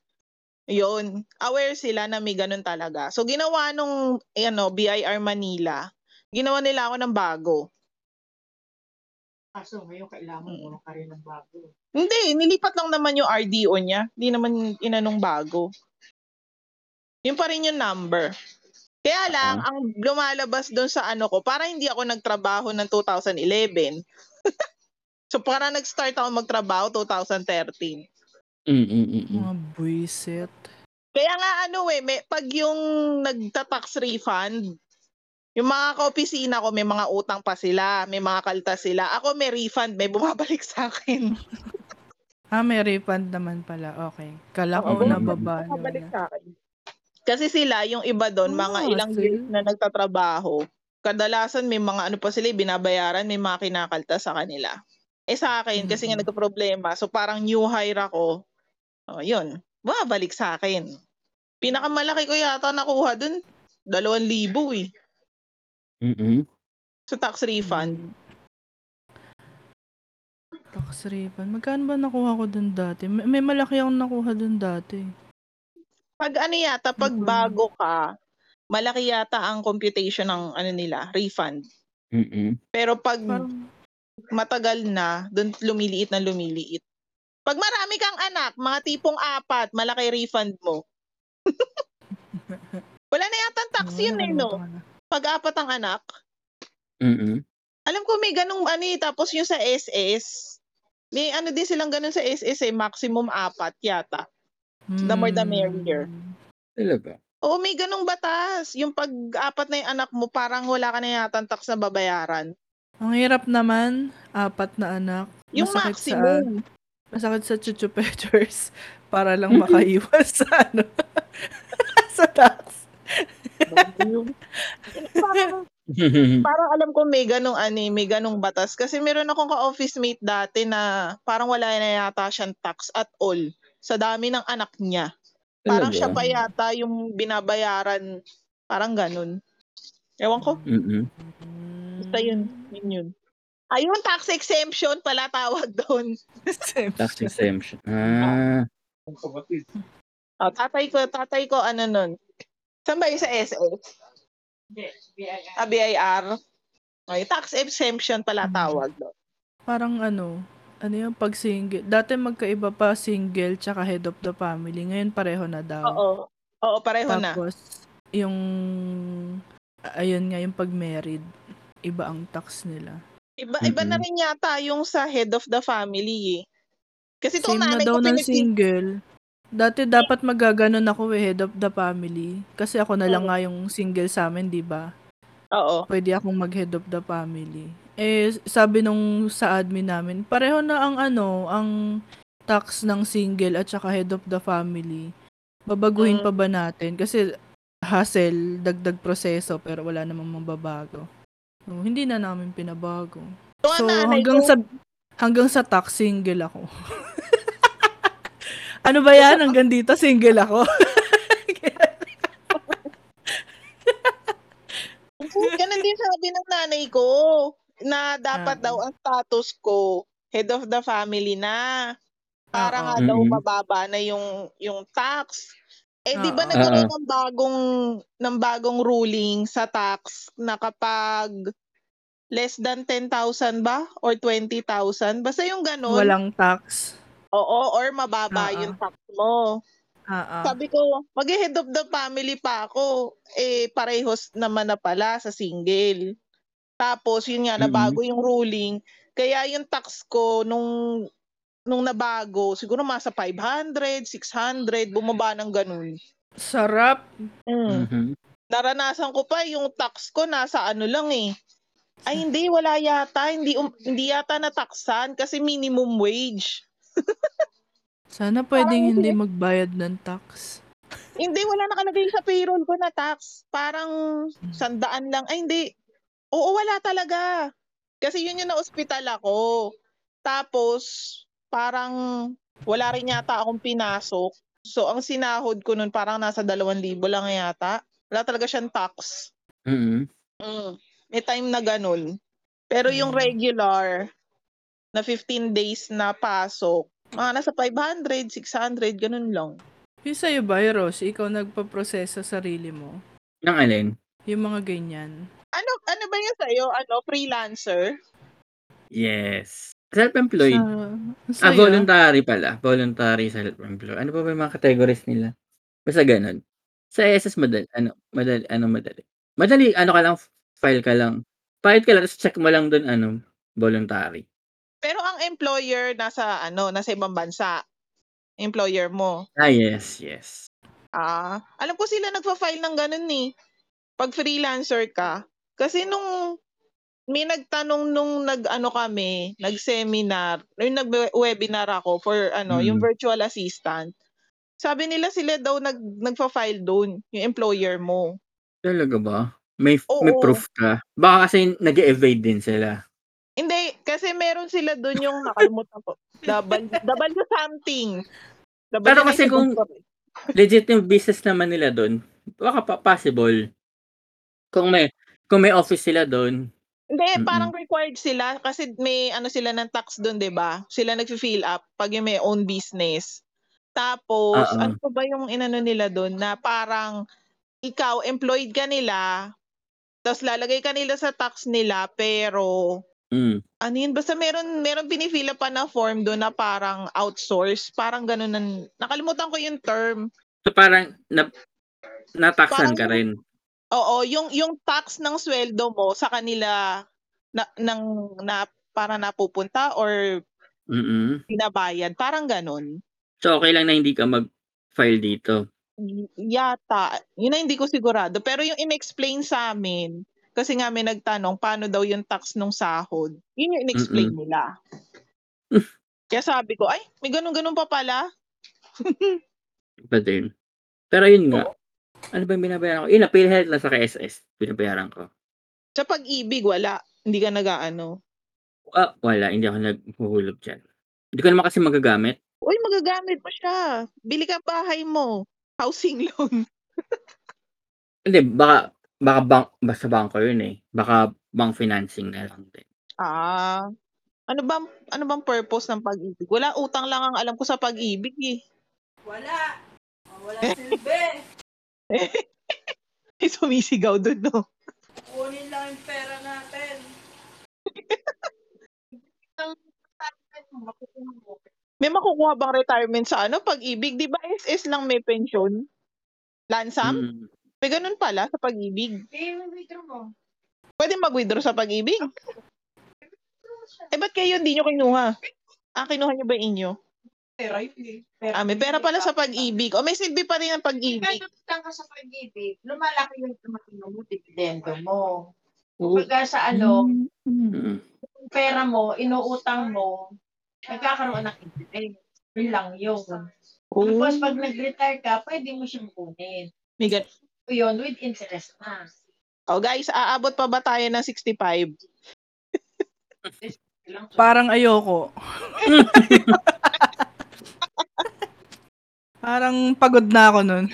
Yun, aware sila na may ganun talaga. So ginawa nung eh, ano, BIR Manila, ginawa nila ako ng bago.
Kaso ngayon, kailangan mo ka rin ng bago.
Hindi, nilipat lang naman yung RDO niya. Hindi naman inanong bago. Yun pa rin yung number. Kaya lang, ang lumalabas doon sa ano ko, para hindi ako nagtrabaho ng 2011. so, para nag-start ako magtrabaho 2013.
Mm, mm, mm, mm.
Mga buisit.
Kaya nga ano eh, may, pag yung nagta-tax refund, yung mga kaopisina ko, may mga utang pa sila, may mga kalta sila. Ako may refund, may bumabalik sa akin.
Ah, may refund naman pala. Okay. Kala
Oo,
ko na
Baka
baba.
balik sa akin. Kasi sila, yung iba doon,
Ah,
mga ilang
so-
years na nagtatrabaho, kadalasan may mga ano pa sila, binabayaran, may mga kinakalta sa kanila. Eh sa akin, kasi nga
Mm.
nagka-problema, so parang new hire ako, oh, yun, babalik sa akin. Pinakamalaki ko yata nakuha doon, dalawang libo eh,
Mm, mm.
sa tax refund.
Mm. Tax refund. Magkano ba nakuha ko dun dati? May, may malaki akong nakuha dun dati.
Pag ano yata, pag
Mhm.
bago ka, malaki yata ang computation ng ano nila, refund.
Mm, mm.
Pero pag
Parang,
matagal na, doon lumiliit na lumiliit. Pag marami kang anak, mga tipong apat, malaki refund mo. Wala na yata tax
oo,
yun eh,
nakalimutan
no?
ko na.
Pag apat ang anak.
Mm, mm.
Alam ko may ganung ano eh, tapos yung sa SS, May ano din silang ganun sa SS eh, maximum apat yata. The more
Hmm.
the merrier.
Talaga.
Oo, may ganung batas. Yung pag-apat na yung anak mo, parang wala ka na yatang tax na babayaran.
Ang hirap naman, apat na anak.
Yung
Masakit sa-
maximum.
Masakit sa chuchu peters para lang makaiwas sa ano. sa tax.
parang alam ko may ganong ano, eh, may ganong batas kasi meron akong ka-office mate dati na parang wala na yata siyang tax at all sa dami ng anak niya. Parang siya pa yata yung binabayaran, parang ganun. Ewan ko,
mm
basta yun, yun yun. Ayun, tax exemption pala tawag doon.
Tax exemption. Ah.
Oh, tatay ko, tatay ko, ano nun. Saan ba yung sa SS? Ah, BIR? Okay, tax exemption pala tawag doon.
Parang ano, ano yung pag single. Dati magkaiba pa single tsaka head of the family. Ngayon pareho na daw.
Oo. Oo, pareho na.
Tapos, yung, ayun nga, yung pag-married, iba ang tax nila.
Iba iba na
Mm-mm.
rin yata yung sa head of the family. eh. Kasi itong
Same na
nanay
daw
ko
ng
Pilipino.
single. Dati dapat magaganon ako eh, head of the family. Kasi ako na lang nga yung single sa amin, di ba?
Oo.
Pwede akong mag-head of the family. Eh, sabi nung sa admin namin, pareho na ang ano, ang tax ng single at saka head of the family. Babaguhin
Mm.
pa ba natin? Kasi hassle, dagdag proseso, pero wala namang mababago. So, hindi na namin pinabago.
Yung
So,
nanay
hanggang
ko,
sa hanggang sa tax single ako. ano ba 'yan? Hanggang dito single ako.
ganun din sabi ng nanay ko na dapat
Ah.
daw ang status ko head of the family na. Para
Oo.
nga daw
Mm-mm.
mababa na yung yung tax. Eh di ba
Oo.
nagkaroon ng bagong ng bagong ruling sa tax na kapag less than 10,000 ba or 20,000 basta yung ganun.
Walang tax.
Oo, or mababa
Oo.
yung tax mo.
Ah, ah.
Sabi ko, mag-head of the family pa ako. Eh, parehos naman na pala sa single. Tapos, yun nga,
Mm-mm.
nabago yung ruling. Kaya yung tax ko nung nung nabago, siguro masa 500, 600, bumaba ng ganun.
Sarap.
Mm.
Mhm.
Naranasan ko pa yung tax ko nasa ano lang eh. Ay hindi, wala yata. Hindi, um- hindi yata nataksan kasi minimum wage.
Sana pwedeng
Parang
hindi
hindi.
magbayad ng tax.
Hindi, wala nakalagay sa payroll ko na tax. Parang sandaan lang. Ay, hindi. Oo, wala talaga. Kasi yun yung na-hospital ako. Tapos, parang wala rin yata akong pinasok. So, ang sinahod ko nun parang nasa 2,000 lang yata. Wala talaga siyang tax.
Mhm.
Mm. May time na ganun. Pero yung
Mm.
regular, na 15 days na pasok, mga nasa 500, 600, ganun lang.
Yung sa'yo ba, eh, Ross? Ikaw nagpaproseso sa sarili mo.
Nang alin?
Yung mga ganyan.
Ano ano ba 'yun sa iyo? Ano, freelancer?
Yes. Self-employed.
Sa,
ah, voluntary pala. Voluntary self-employed. Ano pa ba yung mga categories nila? Basta ganun. Sa SS, madali. Ano, madali, ano, madali. Madali, ano ka lang, file ka lang. File ka lang, tapos check mo lang dun, ano, voluntary.
Pero ang employer nasa ano, nasa ibang bansa. Employer mo.
Ah, yes, yes.
Ah, alam ko sila nagfa-file ng ganun ni. Eh, pag freelancer ka. Kasi nung may nagtanong nung nag-ano kami, nag-seminar, yung nag-webinar ako for ano, yung
Mm.
virtual assistant. Sabi nila sila daw nag nagfa-file doon, yung employer mo.
Talaga ba? May, may
Oo.
proof ka. Baka kasi nag evade din sila.
Hindi, kasi meron sila doon yung nakalimutan ko. W, w something. W
Pero kasi
na
kung-
sagot ko.
Legit yung business naman nila doon. Baka pa possible. Kung may, kung may office sila doon.
Hindi,
Mm-mm.
parang required sila kasi may ano sila ng tax doon, 'di ba? Sila nagfi-fill up pag yung may own business. Tapos
Oo.
ano pa ba yung inano nila doon na parang ikaw employed ka nila, tapos lalagay ka nila sa tax nila pero
Mm.
ano yun, basta meron, meron pinifil up pa na form doon na parang outsource, parang ganun, nan- nakalimutan ko yung term.
So parang na, nataksan ka rin.
Oo, yung yung tax ng sweldo mo sa kanila na ng na para napupunta or
Mm-mm.
binabayad. Parang ganun.
So, okay lang na hindi ka mag-file dito.
Y- Yata. Yun na hindi ko sigurado. Pero yung in-explain sa amin, kasi nga may nagtanong, paano daw yung tax nung sahod? Yun yung in-explain nila. Kaya sabi ko, ay, may ganun-ganun pa pala.
Iba din. Pero yun nga. Ano ba yung binabayaran ko? Yun, na PhilHealth lang sa KSS. Binabayaran ko.
Sa pag-ibig, wala. Hindi ka nag-ano.
Ah, wala. Hindi ako naghuhulog dyan. Hindi ko naman kasi magagamit.
Uy, magagamit mo siya. Bili ka bahay mo. Housing loan.
Hindi, baka, baka bank, basta bangko yun eh. Baka bank financing na lang din.
Ah. Ano ba ano bang purpose ng pag-ibig? Wala utang lang ang alam ko sa pag-ibig eh.
Wala. Wala silbi.
May Eh, sumisigaw doon, no?
Kunin lang yung pera natin.
May makukuha bang retirement sa ano? Pag-ibig, di ba SS lang may pension? Lansam?
Mm.
May ganun pala sa pag-ibig.
I-withdraw mo.
Pwede mag-withdraw sa pag-ibig? Eh, ba't kayo hindi nyo kinuha? Ah, kinuha nyo ba yung inyo?
Pera yun eh.
Ah, may pera pala sa pag-ibig. O may silbi pa rin ang pag-ibig.
Nagkakutang ka sa pag-ibig, lumalaki yung tumating mo, dividendo mo.
Oh.
Kumbaga sa ano,
Mm-hmm.
Mm.
Hmm.
yung pera mo, inuutang mo, nagkakaroon ng interest. Yun lang yun. Tapos Ano
Oh.
pag nag-retire ka, pwede mo siyang kunin.
May gan-
So, Yun, with interest na.
Oh, guys, aabot pa ba tayo ng 65?
Ilang-
Parang ayoko. Parang pagod na ako nun.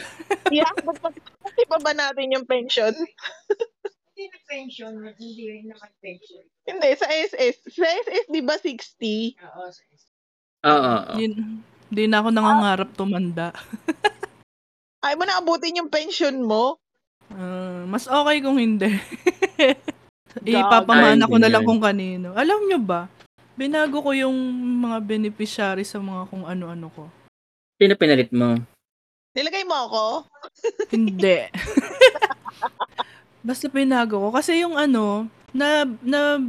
Iaabot pa, Kasi pa ba natin yung pension?
Hindi na pension, hindi rin naman pension.
Hindi, sa SS. Sa SS, di ba 60?
Oo, sa-
Oo. oo.
Yun, hindi na ako nangangarap tumanda.
Ay mo na abutin yung pension mo?
Ah, mas okay kung hindi. Ipapamana ko na lang kung kanino. Alam nyo ba, binago ko yung mga beneficiary sa mga kung ano-ano ko.
Sino pinalit mo?
Nilagay mo ako?
Hindi. Basta pinago ko. Kasi yung ano, na, na,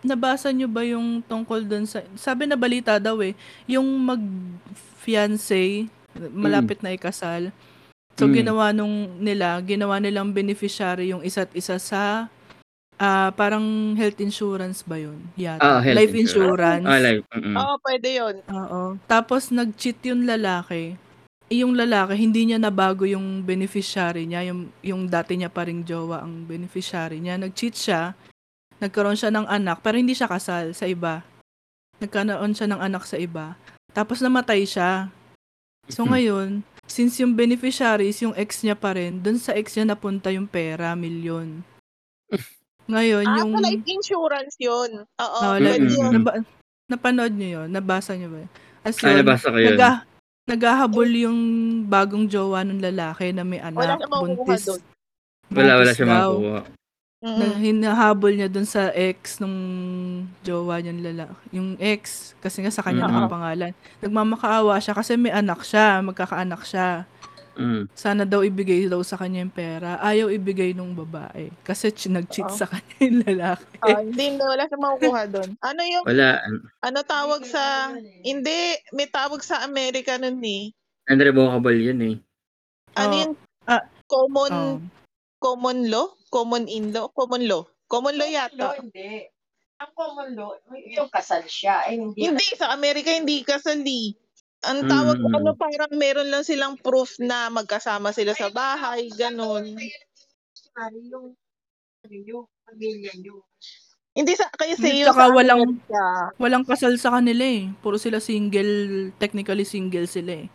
nabasa nyo ba yung tungkol dun sa, sabi na balita daw eh, yung mag-fiancé, malapit na ikasal. So,
Mm.
ginawa nung nila, ginawa nilang beneficiary yung isa't isa sa, ah, parang health insurance ba yun? Yata.
Ah, health
life
insurance.
insurance.
Ah, live. Mm-mm.
Oo, pwede yun.
Oo. Tapos nag-cheat yung lalaki. Yung lalaki, hindi niya nabago yung beneficiary niya, yung, yung dati niya pa ring jowa ang beneficiary niya. Nag-cheat siya, nagkaroon siya ng anak, pero hindi siya kasal sa iba. Nagkaroon siya ng anak sa iba. Tapos namatay siya. So
Mhm.
ngayon, since yung beneficiary is yung ex niya pa rin, dun sa ex niya napunta yung pera, milyon. Ngayon,
Ah,
yung...
sa life insurance yun. Oo,
Oh,
pwede
life-
yun.
naba- napanood nyo yun? Nabasa nyo ba? yun? As
Ah,
yun,
nabasa ko yun.
naga- naghahabol yung bagong jowa ng lalaki na may
Wala
anak.
na makukuha
buntis.
doon.
Wala, wala
buntis
siya
daw.
makuha.
Na,
Mm.
hinahabol niya dun sa ex nung jowa niyang lalaki. Yung ex, kasi nga sa kanya
Mhm.
nakapangalan. Nagmamakaawa siya kasi may anak siya, magkakaanak siya.
Mm.
Sana daw ibigay daw sa kanya yung pera. Ayaw ibigay nung babae. Kasi ch- nag-cheat
Oo.
sa kanya yung lalaki.
Ah, hindi, hindi, wala na makukuha doon. Ano yung,
Wala.
ano tawag sa,
eh.
hindi, may tawag sa Amerika nun ni.
Unrevocable yun eh.
Ano
Oh,
yung
ah,
common,
Oh.
common law? Common in law? Common law? Common law
Law,
yata.
hindi. Ang common law, yung kasal siya. Ay, hindi.
Hindi, sa Amerika hindi kasali. Ang tawag,
Hmm.
Mm.
ano, parang meron lang silang proof na magkasama sila sa bahay, ganun.
Yung, yung pamilya niyo.
Hindi sa, kayo sa
Hindi,
iyo
tsaka
sa
walang-
Amerika.
Walang kasal sa kanila eh. Puro sila single, technically single sila eh.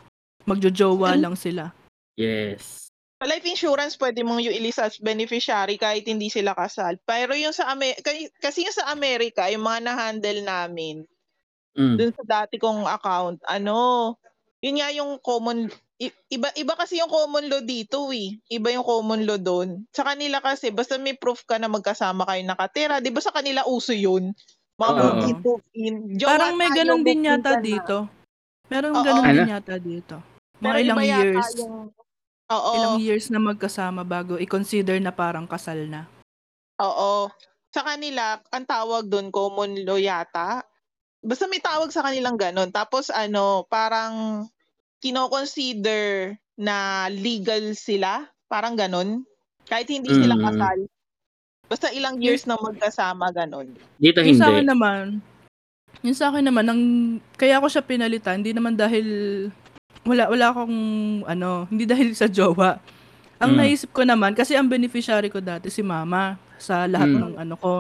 Magjojowa
Ano?
lang sila.
Yes.
Sa life insurance, pwede mong yung ilista as beneficiary kahit hindi sila kasal. Pero yung sa Amer- kay- kasi yung sa Amerika, yung mga na-handle namin,
Mm.
dun sa dati kong account, ano, yun nga yung common, i- iba, iba kasi yung common law dito eh. Iba yung common law doon. Sa kanila kasi, basta may proof ka na magkasama kayo nakatira, di ba sa kanila uso yun? Mga
Oo.
move-in, move-in. Jowa
Parang may
tayo,
ganun din
move-in
yata
ka na.
dito. Meron
Oo.
ganun
Ano?
din yata dito. Mga
Pero
ilang
iba yata
years.
yung- Oo.
Ilang years na magkasama bago i-consider na parang kasal na.
Oo. Sa kanila, ang tawag doon, common law yata. Basta may tawag sa kanilang ganun. Tapos ano, parang kinoconsider na legal sila. Parang ganun. Kahit hindi sila
Mm.
kasal. Basta ilang years na magkasama, ganun.
Dito
Yung sa akin
hindi.
naman, yung sa akin naman, ang, kaya ko siya pinalitan, hindi naman dahil, wala, wala akong, ano, hindi dahil sa jowa. Ang
Mm.
naisip ko naman, kasi ang beneficiary ko dati si mama sa lahat
Mm.
ng ano ko,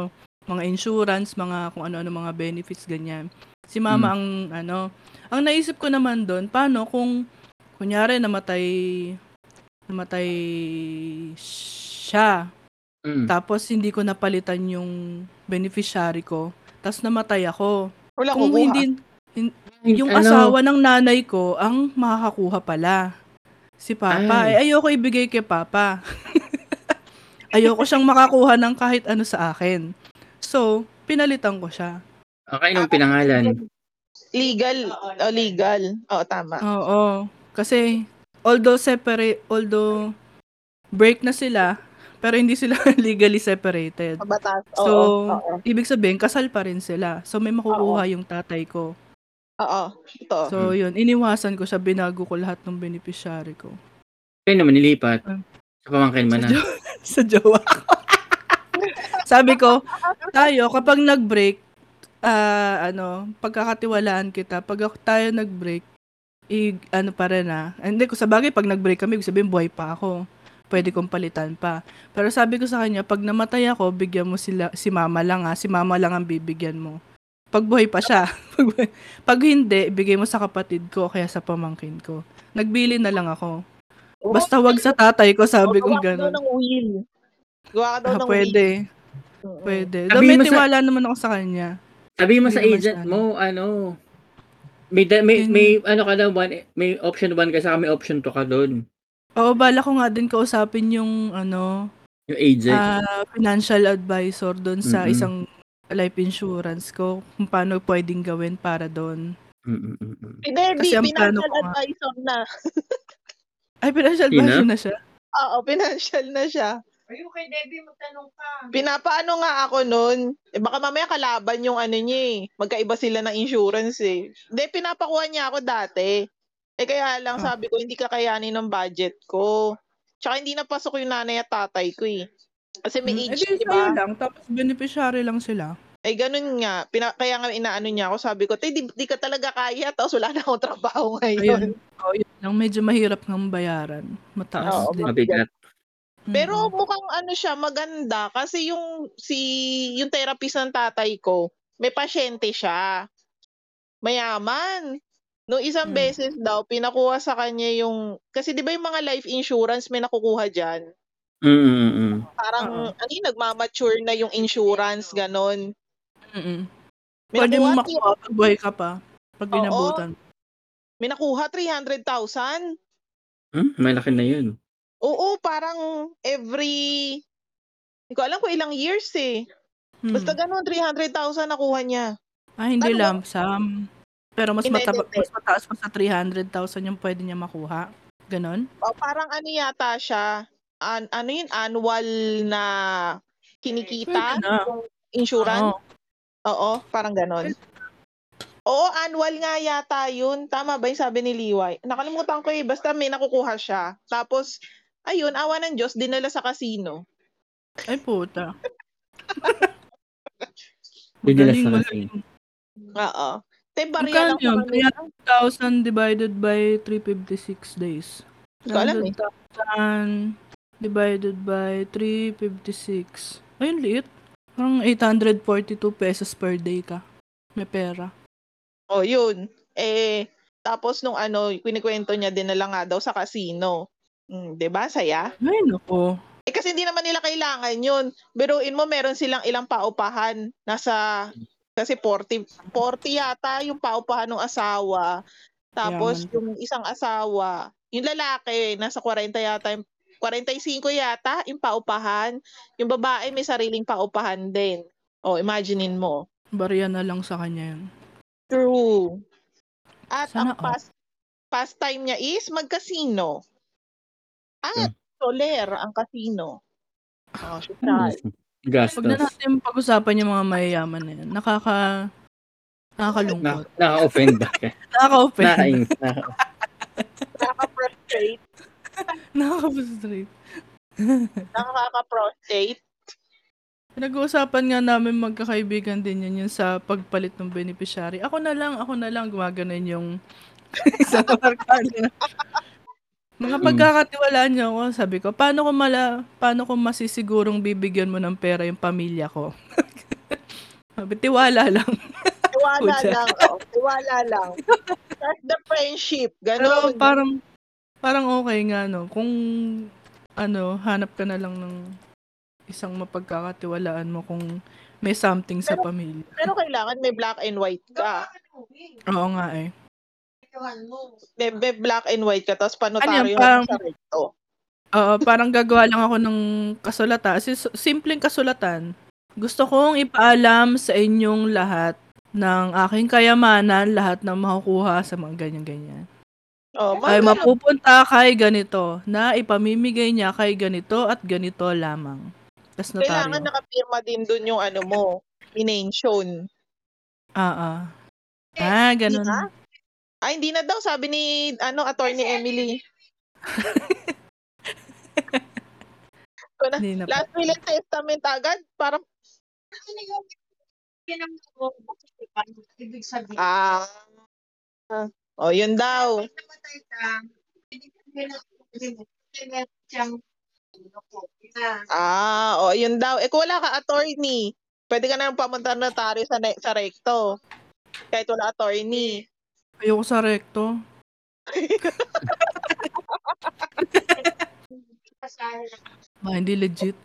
mga insurance, mga kung ano-ano mga benefits, ganyan. Si mama
Mm.
ang, ano, ang naisip ko naman doon, paano kung, kunyari, namatay, namatay siya,
Mm.
tapos hindi ko napalitan yung beneficiary ko. Tapos namatay ako.
Wala ah,
Kung
kukuha.
hindi yung
Ano?
asawa ng nanay ko ang makakakuha pala. Si Papa.
Ah.
Eh, ayoko ibigay kay Papa. ayoko siyang makakuha ng kahit ano sa akin. So, pinalitan ko siya. Ah,
Okay, Ah, nung pinangalan.
Legal. O, legal. O, tama.
Oo. Kasi although separate, although break na sila, pero hindi sila legally separated.
Kabatas. Oo.
Ah. So,
oo.
ibig sabihin, kasal pa rin sila. So, may makukuha yung tatay ko.
Oo. Ito.
So, yun. Iniwasan ko siya. Binago ko lahat ng beneficiary ko.
Kayo naman nilipat.
Ah.
Sa pamangkin mo
Sa,
na.
jo- sa jowa ko. Sabi ko, tayo, kapag nag-break, ah, ano, pagkakatiwalaan kita, pag ako- tayo nag-break, i, ano pa rin ah. Hindi ko, sa bagay, pag nag-break kami, ibig sabihin, buhay pa ako. Pwede kong palitan pa. Pero sabi ko sa kanya, pag namatay ako, bigyan mo sila, si mama lang ah. Si mama lang ang bibigyan mo. Pag buhay pa siya. pag, buhay- pag hindi, bigay mo sa kapatid ko, kaya sa pamangkin ko. Nagbili na lang ako. Basta wag sa tatay ko, sabi
Gawa
kong
ka daw
ganun.
ng will. Gawa ka daw
Ah,
ng will.
pwede,
Mm-mm.
pwede.
Sabi
Sabi may
mo sa-
tiwala naman ako sa kanya.
Sabi mo
Hindi
sa
naman
agent
siya,
mo, ano, may, da- may,
Yun.
may, ano ka daw, one- may option 1 ka, saka may option 2 ka doon.
Oo, bala ko nga din kausapin yung ano,
Yung agent.
ah, financial advisor doon sa
Mm-mm.
isang life insurance ko kung paano pwedeng gawin para doon.
Mm, mm, mm, mm.
Si Debbie,
Kasi ang plano
financial
ko nga-
advisor Eh, na.
Ay, financial
Sino?
advisor na siya.
Oo, financial na siya.
Ayun kay Debbie, magtanong ka.
Pinapaano nga ako nun? Eh, baka mamaya kalaban yung ano niya eh. Magkaiba sila ng insurance eh. Hindi, pinapakuha niya ako dati. Eh kaya lang
Ah.
sabi ko, hindi kakayanin ng budget ko. Tsaka hindi napasok yung nanay at tatay ko eh. Kasi may
Mm, Eh,
age,
di
di
sa'yo
ba?
lang, tapos beneficiary lang sila.
Eh ganun nga. Pina- kaya nga inaano niya ako. Sabi ko, "Tay, di, di ka talaga kaya. Tapos wala na akong trabaho ngayon.
Ayun. Oo, yun lang. Medyo mahirap ng bayaran. Mataas
Oo,
din.
Mabigat.
Mm-mm.
Pero mukhang ano siya, maganda. Kasi yung, si, yung therapist ng tatay ko, may pasyente siya. Mayaman. No isang
Mm.
beses daw, pinakuha sa kanya yung, kasi di ba yung mga life insurance may nakukuha dyan?
Mm, mm, mm, mm.
Parang,
Oo.
ano yun, nagmamature na yung insurance, ganon.
Mm-mm.
May
Pwede mo
nakuha,
makuha pag buhay ka pa. Pag
Oo.
binabutan.
may nakuha 300,000.
Hmm? Malaki na yun.
Oo, parang every, hindi ko alam kung ilang years eh.
Hmm.
Basta ganon, 300,000 nakuha niya.
Ah, hindi
Ano ba?
lump sum. Pero mas,
Hindi,
mataba-
hindi.
mas mataas pa sa 300,000 yung pwede niya makuha. Ganon?
O, parang ano yata siya, an, ano yun, annual na kinikita,
Pwede na.
insurance?
Oo.
Oo, parang ganon. Oo, annual nga yata yun. Tama ba yung sabi ni Liway? Nakalimutan ko eh, basta may nakukuha siya. Tapos, ayun, awa ng Diyos, dinala sa casino.
Ay, puta.
Yun nila
Magaling,
sa
magaling.
Oo.
Magkano
Tembarya lang
yun?
sa kanila.
1,000 divided by 356 days.
Hindi ko alam eh.
100,000 divided by 356. Ayun, liit. Parang 842 pesos per day ka. May pera.
O, Oh, yun. Eh, tapos nung ano, kinikwento niya, dinala nga daw sa casino. Mm, 'di ba Saya.
Ay, nako.
Eh kasi hindi naman nila kailangan yun. Biruin mo, meron silang ilang paupahan. Nasa, kasi 40, 40 yata yung paupahan ng asawa. Tapos
Yaman.
yung isang asawa, yung lalaki, nasa 40 yata, yung- 45 yata yung paupahan. Yung babae may sariling paupahan din. O, imaginein mo.
Barya na lang sa kanya yun.
True. At
Sana
ang
all.
pas, pastime niya is magkasino. At soler ang kasino. Oh, siya.
hmm. Gastos.
Huwag na natin pag-usapan yung mga mayayaman na yan. Nakaka...
Na,
Nakakalungkot.
naka-offend ba? ka?
Nakaka-open.
Nakain. naka-
Nakaka-prostate.
Nakaka-frustrate.
Nakaka-prostate.
Nag-uusapan nga namin magkakaibigan din yun, yun sa pagpalit ng beneficiary. Ako na lang, ako na lang gumaganon yung sa barkada. Mga
Mm.
pagkakatiwalaan niyo ako, sabi ko, paano ko mala, paano ko masisigurong bibigyan mo ng pera yung pamilya ko? sabi, tiwala lang.
Tiwala
Pucha.
lang. Oh, tiwala lang. Start the friendship.
Pero
Ganun.
parang, parang okay nga, no? Kung, ano, hanap ka na lang ng isang mapagkakatiwalaan mo kung may something sa
Pero-
pamilya.
Pero kailangan may black and white ka.
Oo nga eh.
May, may black and white ka. Tapos
Ano
panotaryo
yan,
ano
parang-
sa recto.
Oo, parang gagawa lang ako ng kasulatan. Sis- Simpleng kasulatan. Gusto kong ipaalam sa inyong lahat ng aking kayamanan, lahat ng makukuha sa mga ganyan-ganyan.
Oh,
Ay
mga-
mapupunta kay ganito na ipamimigay niya kay ganito at ganito lamang. Tapos
Kailangan
notaryo.
nakapirma din dun yung ano mo, inention.
Ah, ah. Ah,
Hindi
ganun.
na? Ay, hindi na daw, sabi ni, ano, attorney Emily. Ko na-
Hindi na pa.
Last will and testament agad, parang,
Ibig sabihin.
ah, ah. oh, yun daw.
Pag namatay ka, hindi ka pinag- siyang- ano po, na-
Ah, oh, yun daw. Eh, kung wala ka attorney, pwede ka na lang pamunta ng notaryo sa, ne- sa recto. Kahit wala attorney.
Ayoko sa recto. Ba, Ah, hindi legit.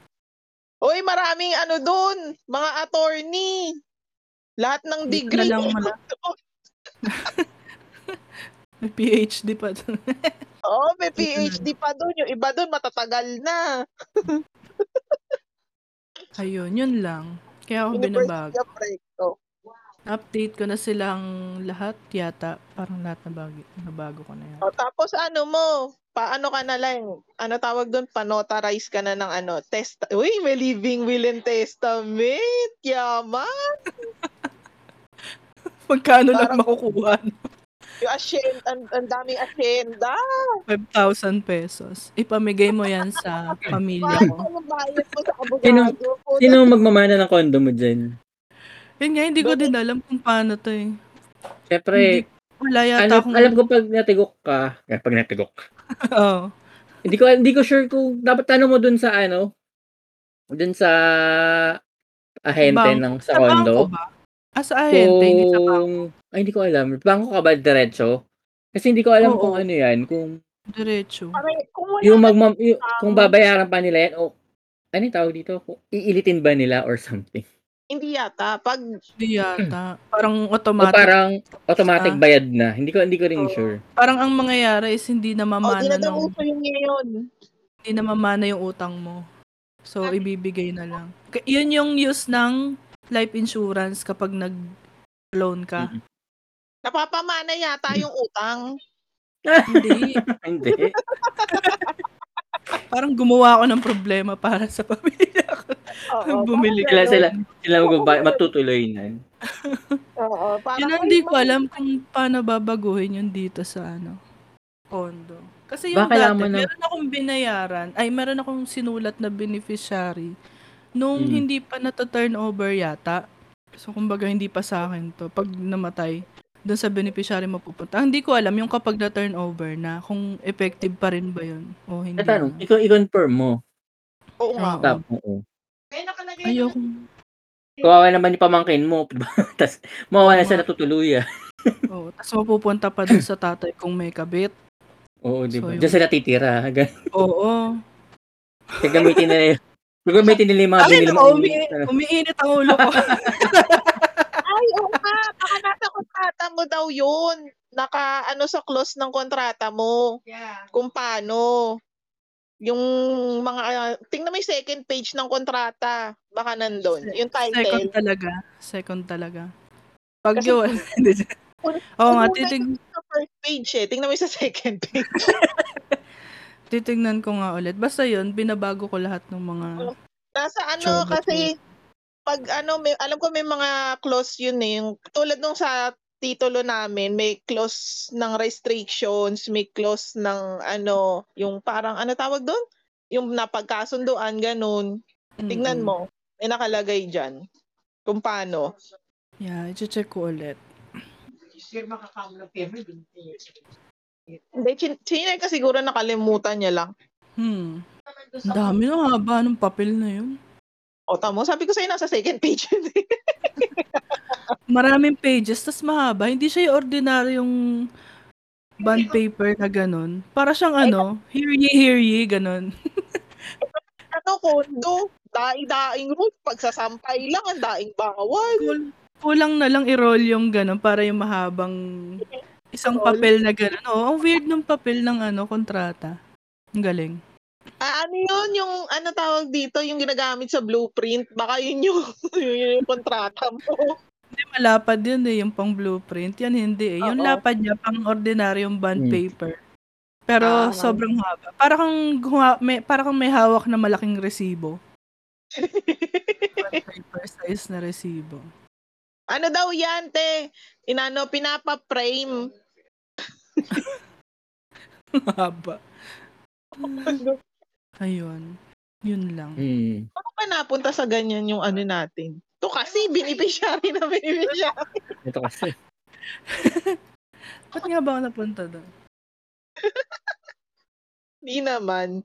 Uy, maraming ano dun, mga attorney. Lahat ng
Dito na
degree.
lang mala. May PhD pa.
Oo, may
Dito na
PhD pa doon. Yung iba doon, matatagal na.
Ayun, yun lang. Kaya ako Oh, binabago.
University of Recto.
Update ko na silang lahat yata. Parang lahat na bago, nabago ko na yan.
O, tapos ano mo, paano ka na lang, ano tawag doon, panotarize ka na ng ano, test, uy, may living will and testament, yama,
Magkano
lang
lang makukuha?
yung asyenda, ang, ang daming asyenda,
5,000 pesos. Ipamigay mo yan sa pamilya ko.
paano bayad mo sa abogado ko,
Sino magmamana ng kondo mo dyan?
Yun nga, hindi ko din alam kung paano to eh.
Siyempre,
Wala yata
alam,
akong... ano.
alam ko pag natigok ka, eh, pag natigok,
Oo.
Hindi ko hindi ko sure kung dapat tanong mo dun sa ano dun sa ahente
Bangko.
ng sa ano?
Sa bangko
condo.
ba? Ah, sa ahente, hindi sa bangko.
Kung- Ay, hindi ko alam. Bangko ka ba diretso? Kasi hindi ko alam
Oo.
kung ano 'yan, kung
Diretso.
Aray, kung wala
yung
ka
magmam yung- kung
tama.
babayaran pa nila 'yan o ano yung tawag dito? Kung Iilitin ba nila or something?
hindi yata, pag, oh,
Hindi yata.
Hmm.
Parang
O
automatic.
parang automatic
Ah.
bayad na. Hindi ko hindi ko
Oo.
rin sure.
Parang ang mangyayari is hindi
oh, di
namamana
na daw
ng...
uso yung ngayon.
hindi na mamana yung utang mo. So,
Ah.
ibibigay na lang. K- Yun yung use ng life insurance kapag nag-loan ka.
Napapamana yata yung utang.
Hindi.
hindi.
Parang gumawa ako ng problema para sa pamilya ko.
Oo,
Bumili
Sila
ka.
sila sila magbaba- matutuloy na.
Oo, parang,
Yun ang
ay,
hindi ko
mag-
alam kung paano babaguhin yun dito sa ano, kondo. Kasi yung
Baka
dati,
laman na-
meron akong binayaran, ay meron akong sinulat na beneficiary nung
Mm.
hindi pa nata-turn over yata. So, kumbaga, hindi pa sa akin to. Pag namatay, doon sa beneficiary mapupunta. Ah, hindi ko alam yung kapag na-turn over na, kung effective pa rin ba yun o hindi. na.
Tatanong, ikaw i-confirm mo.
Oo nga.
Oo.
Tap, oo.
May nakalagay na-
Ayoko.
Kawawa naman yung pamangkin mo. Tapos, mawawala
Oo
siya
nga.
natutuluyan.
Oo. Tapos mapupunta pa doon sa tatay kung may kabit.
Oo, di
So,
ba?
yun.
Diyan sila titira.
Oo.
Gagamitin nila yun. Gagamitin nila yung mga
Akin
binili
ako,
mo.
umi- umiinit ang ulo ko.
Ay, oo nga. Baka nasa kontrata mo daw yun. Naka, ano, sa close ng kontrata mo.
Yeah.
Kung paano. Yung mga, ah, tingnan mo yung second page ng kontrata. Baka nandun. Yung
Second
title.
talaga. Second talaga. Pag
Kasi-
yun. Oo nga, titig
Sa first page eh. Tingnan mo yung sa second page.
titignan ko nga ulit. Basta yun, binabago ko lahat ng mga...
Nasa ano,
Sure, but
kasi, pag ano, may, alam ko may mga clause yun eh. Yung, tulad nung sa titulo namin, may clause ng restrictions, may clause ng ano, yung parang ano tawag doon? Yung napagkasunduan, ganun. Tignan mo. May nakalagay dyan. Kung paano.
Yeah, i-check ko ulit.
Hindi, chin- chinay ka siguro nakalimutan niya lang.
Hmm. Ang dami ng haba ng papel na yun.
O tamo, sabi ko sa'yo, nasa second page yun eh.
Maraming pages, tas mahaba. Hindi siya yung ordinaryong bond paper na ganun. Para siyang ano, hear ye, hear ye, ganun.
ano, kondo, daing-daing rule, pagsasampay lang, ang daing bawal.
Kul- Kulang na lang i-roll yung ganun para yung mahabang isang papel na ganun. Oo, ang weird ng papel ng ano, kontrata. Ang galing.
Ah, ano yun, yung ano tawag dito, yung ginagamit sa blueprint, baka yun yung, yun yung kontrata mo.
Hindi malapad yun eh, yung pang blueprint. Yan hindi eh. Yung
Oo.
lapad niya, pang ordinaryong bond
Hmm.
paper. Pero
Ah.
sobrang haba. Para kang, guha- may, para kang may hawak na malaking resibo. Bond paper size na resibo.
ano daw yan, te? Inano, pinapa-frame.
Haba. Ayun. Yun lang.
Hmm.
Ano pa napunta sa ganyan yung ano natin? To kasi, binipisyari na binipisyari.
Ito kasi.
Ba't nga ba ako napunta doon?
Di naman.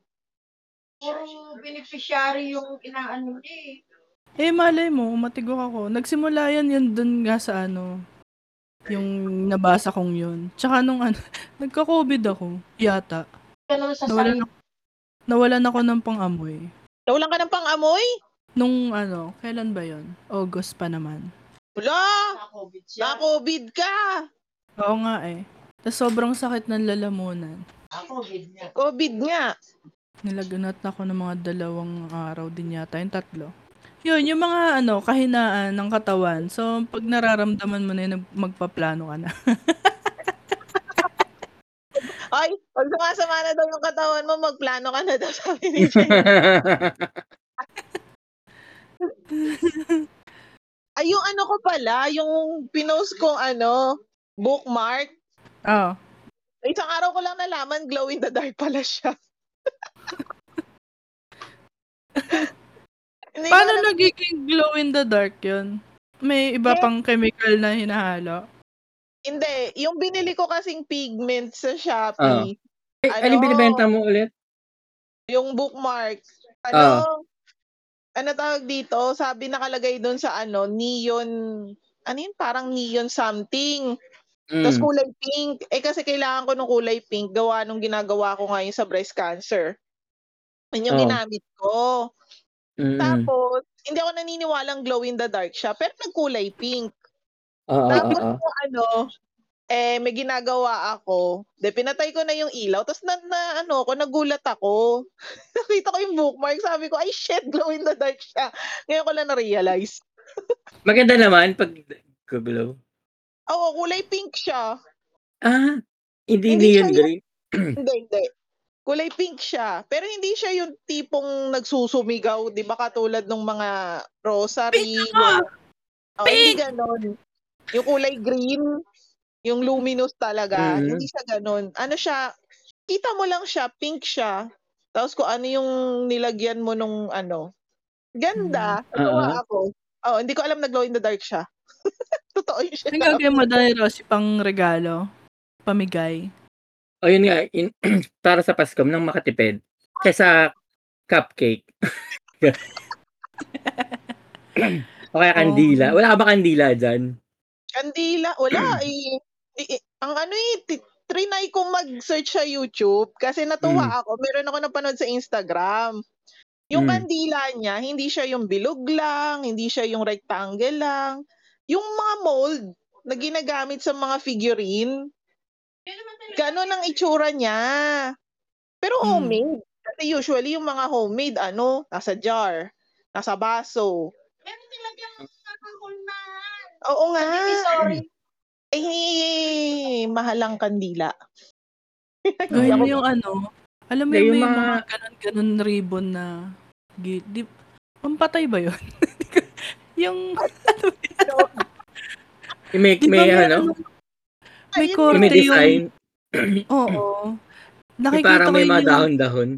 Puro beneficiary yung inaano niya eh.
Eh, malay mo, umatigok ako. Nagsimula yan yun dun nga sa ano, yung nabasa kong yun. Tsaka nung ano, nagka-COVID ako, yata.
Ganun sa
Nawalan
side.
ako, nawalan ako ng pang-amoy.
Nawalan ka ng pang-amoy?
Nung ano, kailan ba yon? August pa naman.
Wala!
COVID siya.
Na-COVID ka!
Oo nga eh. Tapos sobrang sakit ng lalamunan.
Ah, COVID niya.
COVID nga.
Nilaganat ako ng mga dalawang araw din yata, yung tatlo. Yun, yung mga ano, kahinaan ng katawan. So, pag nararamdaman mo na yun, nag- magpaplano ka na.
Ay, pag sumasama na daw yung katawan mo, magplano ka na daw, sabi ni Jen. Ay, yung ano ko pala, yung pinost kong ano, bookmark.
Oo.
Isang araw ko lang nalaman, glow in the dark pala siya. Hindi ano, ko
Paano
alam-
nagiging glow in the dark yun? May iba
Eh.
pang chemical na hinahalo.
Hindi, yung binili ko kasing pigment sa Shopee,
Ay, ano yung binibenta mo ulit?
yung bookmark. Ano? Ano tawag dito? Sabi nakalagay doon sa ano, neon, ano yun? Parang neon something. Tapos
Mm.
kulay pink. Eh kasi kailangan ko ng kulay pink gawa nung ginagawa ko ngayon sa breast cancer. Yun
Oh.
yung
Mm.
ginamit ko.
Mm-mm.
Tapos, hindi ako naniniwalang glow in the dark siya, pero nagkulay pink.
Oo, oo,
Tapos,
oo.
yung ano, eh, may ginagawa ako. De, pinatay ko na yung ilaw. Tapos, na, na, ano, ako, nagulat ako. Nakita ko yung bookmark. Sabi ko, ay, shit, glow in the dark siya. Ngayon ko lang na-realize.
Maganda naman pag gablaw.
Oo, kulay pink siya.
Ah, hindi, hindi
Hindi siya
yun
yun.
green.
Hindi, hindi. Kulay pink siya. Pero hindi siya yung tipong nagsusumigaw, di ba? Katulad ng mga rosary.
ako!
Oh, hindi ganon. Yung kulay green, yung luminous talaga,
Mhm.
hindi siya ganon. Ano siya, kita mo lang siya, pink siya. Tapos kung ano yung nilagyan mo nung ano. Ganda.
Oo.
Natuwa ako. Oh, hindi ko alam na glow in the dark siya. Totoo yun siya.
Ang gagawin mo dahil Rosie pang regalo. Pamigay.
O Oh, yun nga, in, para sa Pasko, nang makatipid. Kesa cupcake. o kaya kandila. Wala ka ba kandila dyan?
Kandila, wala eh. Di- eh, Ang ano eh, ti- trinay kong mag-search sa YouTube kasi natuwa
Mm.
ako. Meron ako napanood sa Instagram. Yung
Mm.
kandila niya, hindi siya yung bilog lang, hindi siya yung rectangle lang. Yung mga mold na ginagamit sa mga figurine, ganun ang itsura niya. Pero
Mm.
homemade. Kasi usually yung mga homemade, ano, nasa jar, nasa baso.
Meron talaga na.
Oo nga.
Ah.
Sorry.
Eh, mahal ang kandila.
Gawin
ako-
mo yung ano. Alam mo
Hindi,
yung,
yung
may mga,
mga-
ganun-ganun ribbon na gate. Di, pampatay ba yun? Yung
May,
Di ba may
may, ano,
may
Ayun,
may
korte yung...
design.
Oo.
May
Nakikita
parang
ko
may mga
yung...
dahon-dahon.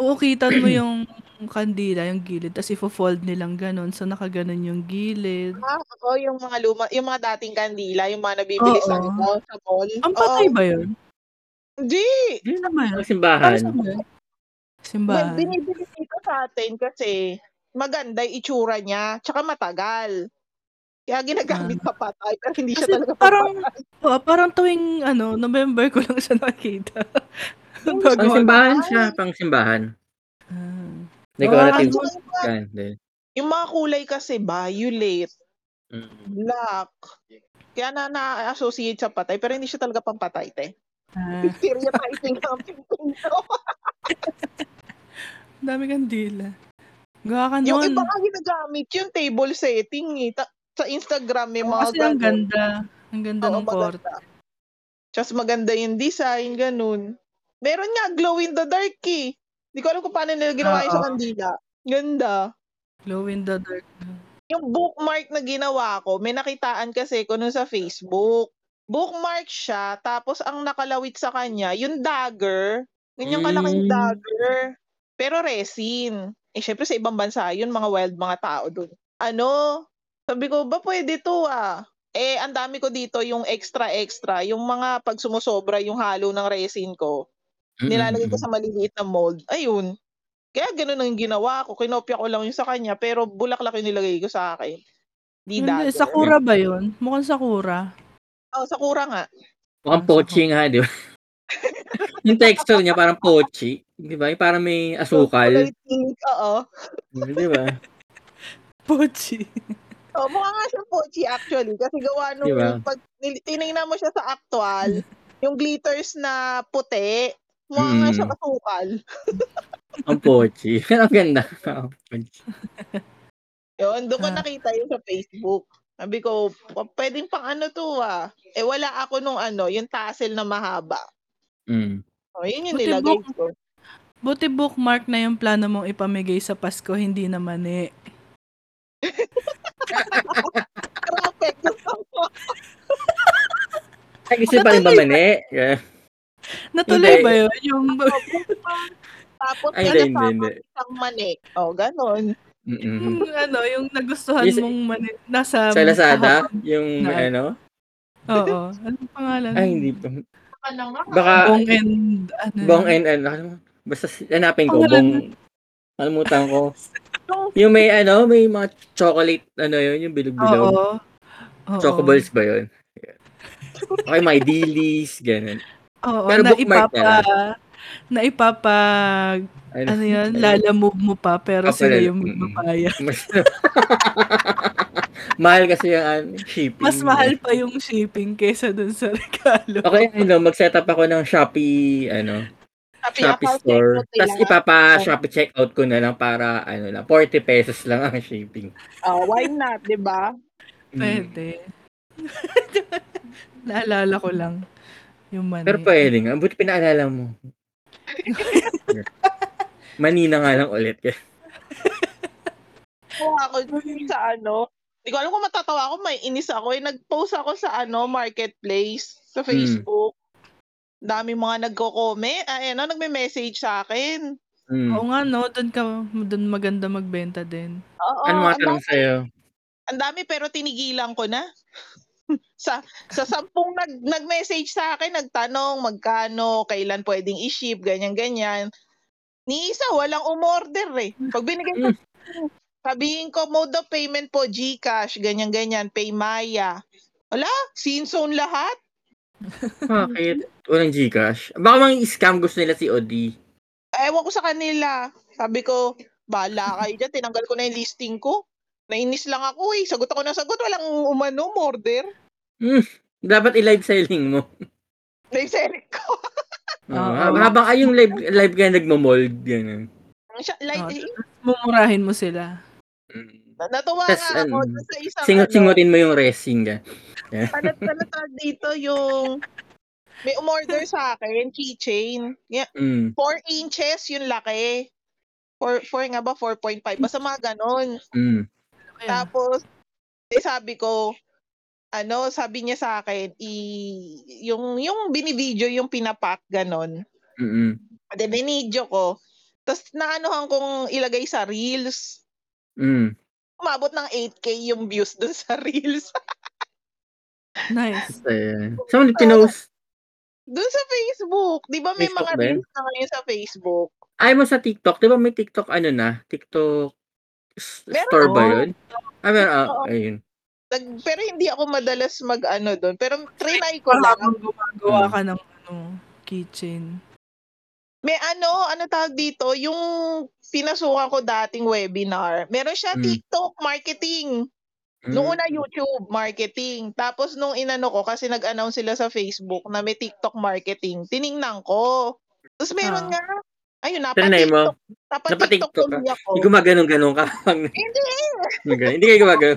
Oo, kita mo yung kandila, yung gilid. Tapos ifo-fold nilang ganun. So, nakaganon yung gilid.
Ah, oo, yung mga luma, yung mga dating kandila, yung mga nabibili sa
Oo.
ano, sa mall.
Ang
Oo.
patay ba yun?
Hindi.
Saan ba yun?
Ang simbahan.
Para saan ba yun?
Well,
Simbahan.
binibili dito sa atin kasi maganda yung itsura niya, tsaka matagal. Kaya ginagamit pa patay, pero hindi siya
Ah. Kasi
talaga
parang-
pampatay.
Oo, parang tuwing ano, November ko lang siya nakita.
Pang
Bago
simbahan siya, pang simbahan.
Ah.
Decorative.
Tsaka yung mga-
Yan, din.
Yung mga kulay kasi violet,
Mm.
black. Kaya na na-associate sa patay, pero hindi siya talaga pampatay, te.
Ah,
Stereotyping ang Pilipino.
dami kandila. Gawa ka
Yung
nun.
iba nga ginagamit yung table setting eh. Ta- sa Instagram may
Oo,
mga
kasi ang
ganun.
ganda. Ang ganda
Oo,
ng court.
maganda. Tapos maganda yung design, ganun. Meron nga, glow in the dark eh. Hindi ko alam kung paano nila ginawa yun sa
Oo.
kandila. Ganda.
Glow in the dark.
Yung bookmark na ginawa ko, may nakitaan kasi ko nun sa Facebook. Bookmark siya, tapos ang nakalawit sa kanya, yung dagger. Ganyan kalaking
Mm.
dagger. Pero resin. Eh, syempre sa ibang bansa yun, mga wild mga tao dun. Ano? Sabi ko, ba pwede to ah? Eh, ang dami ko dito yung extra-extra, yung mga pag sumusobra yung halo ng resin ko, nilalagay ko sa maliliit na mold. Ayun. Kaya ganun ang ginawa ko. Kinopya ko lang yung sa kanya, pero bulaklak yung nilagay ko sa akin. Di
Hindi,
dagger.
sakura ba yun? Mukhang sakura.
Oh, sakura nga.
Mukhang pochi nga, di ba? yung texture niya parang pochi. Di ba? Yung Parang may asukal. mm,
Kulay pink, oo.
Di ba?
Pochi.
Oh, mukha nga siyang pochi actually. Kasi gawa nung
Diba?
pag nil- tinignan mo siya sa actual, yung glitters na puti, mukha nga siya
Mm.
kasukal.
Ang pochi. Ang ganda. Ang pochi.
Yun, doon ko
Ah.
nakita yun sa Facebook. Sabi ko, "P- pwedeng pang ano to ah. Eh wala ako nung ano, yung tassel na mahaba.
Mm.
O, yun yung
Buti
nilagay
book-
ko.
Buti bookmark na yung plano mong ipamigay sa Pasko, hindi na mani.
Traffic, gusto ko.
Ay, gusto pa rin ba mani? Yeah.
Natuloy
Hindi.
ba yun? Yung
Tapos
Ay,
ano
hindi,
pa,
hindi, hindi.
isang Oh, mani. O, ganon.
Mm-mm.
yung ano, yung nagustuhan
Yes.
mong mani, nasa
Sa Lazada,
tahap- na-
yung may ano?
Oo. Anong pangalan?
Ay, hindi pa.
Mm.
Ano nga?
Baka,
Bong and ano.
Ah, bong and ano. ano, Basta si- hanapin ko,
Pangalan
bong. Kalimutan ko. Yung may ano, may mga chocolate, ano yun, yung bilog-bilog.
Oo. Oo.
Chocoballs ba yun? Yeah. Okay, may dilis, ganun.
Oo,
Pero
na
bookmark na
ipapa na ipapa ano yan, lalamove mo pa pero
Apa
sila
lala-
yung
eh. Mm-mm.
magpapaya.
Mas, mahal kasi yung ano, shipping.
Mas mahal pa yung shipping kesa dun sa regalo.
Okay, ano, mag-set up ako ng Shopee, ano,
Happy
Shopee
account
store.
check ko Oh.
Tapos
nila.
ipapa Shopee checkout ko na lang para, ano lang, 40 pesos lang ang shipping.
Oh, why not, di ba?
Mm.
Pwede. Naalala ko lang yung money.
Ano
Pero pwede nga. Buti pinaalala mo. Manina nga lang ulit.
Kuha ako sa ano. Hindi ko alam kung matatawa ako, may inis ako. Eh, nag-post ako sa ano, marketplace, sa
Hmm.
Facebook. Dami mga nagko-comment. Ayan, ano, nagme-message sa akin.
Mm.
Oo nga no, doon ka doon maganda magbenta din.
Oo,
ano mga
ang,
tanong
dami,
sa'yo?
ang dami pero tinigilan ko na. sa sa sampung nag, nag-message sa akin, nagtanong magkano, kailan pwedeng i-ship, ganyan-ganyan. Ni isa, walang umorder eh. Pag binigay ko, sabihin ko, mode of payment po, Gcash, ganyan-ganyan, Paymaya. Wala, sinzone lahat.
Bakit? Walang Gcash? Baka mga scam gusto nila si Odi.
ewan ko sa kanila. Sabi ko, bala kayo dyan, tinanggal ko na yung listing ko. Nainis lang ako eh. Sagot ako na sagot, walang umano, order.
Dapat i-live selling mo.
Live selling ko.
Oo.
Oo.
Hab- Habang ay yung live, live ka nagmamold, ganun.
Siya,
Oo,
like, eh,
Mumurahin mo sila.
natuwa
Tas,
nga ako
ano,
dun sa isang ano,
Singot-singotin mo yung resin ka.
palat-palat tawag dito yung may umorder sa akin, keychain. Yeah,
Mm.
4 inches yung laki. 4, 4 nga ba? 4.5. Basta mga ganon.
Mm.
Ayan.
Tapos, eh, sabi ko, ano, sabi niya sa akin, i, yung, yung binivideo, yung pinapak, ganon.
Mm-mm.
At then, binidyo ko. Tapos, naanohan kong ilagay sa Reels.
Mm.
Umabot ng 8K yung views dun sa Reels.
Nice.
Ayan. Saan mo pinost?
dun sa Facebook. Di ba may
Facebook
mga
ba yun?
Reels na ngayon sa Facebook?
Ay mo sa TikTok. Di ba may TikTok ano na? TikTok s-
Meron.
store ba yun? Ah, meron. Ah,
Oo.
ayun.
Nag, pero hindi ako madalas mag-ano doon. Pero trinay ko
Para
lang.
habang gumagawa ka ng ano, kitchen.
May ano, ano tawag dito, yung pinasukan ko dating webinar. Meron siya
Mm.
TikTok marketing.
Mm.
Noong una YouTube marketing. Tapos nung inano ko, kasi nag-announce sila sa Facebook na may TikTok marketing. Tiningnan ko. Tapos meron
Ah.
nga, ayun,
Trinay mo.
napa-TikTok.
Napa-TikTok
Napa-TikTok
ka?
tuloy ako.
Hindi gumaganong-ganong ka. Pag-
Hindi,
Ganun. Hindi kayo gumagano.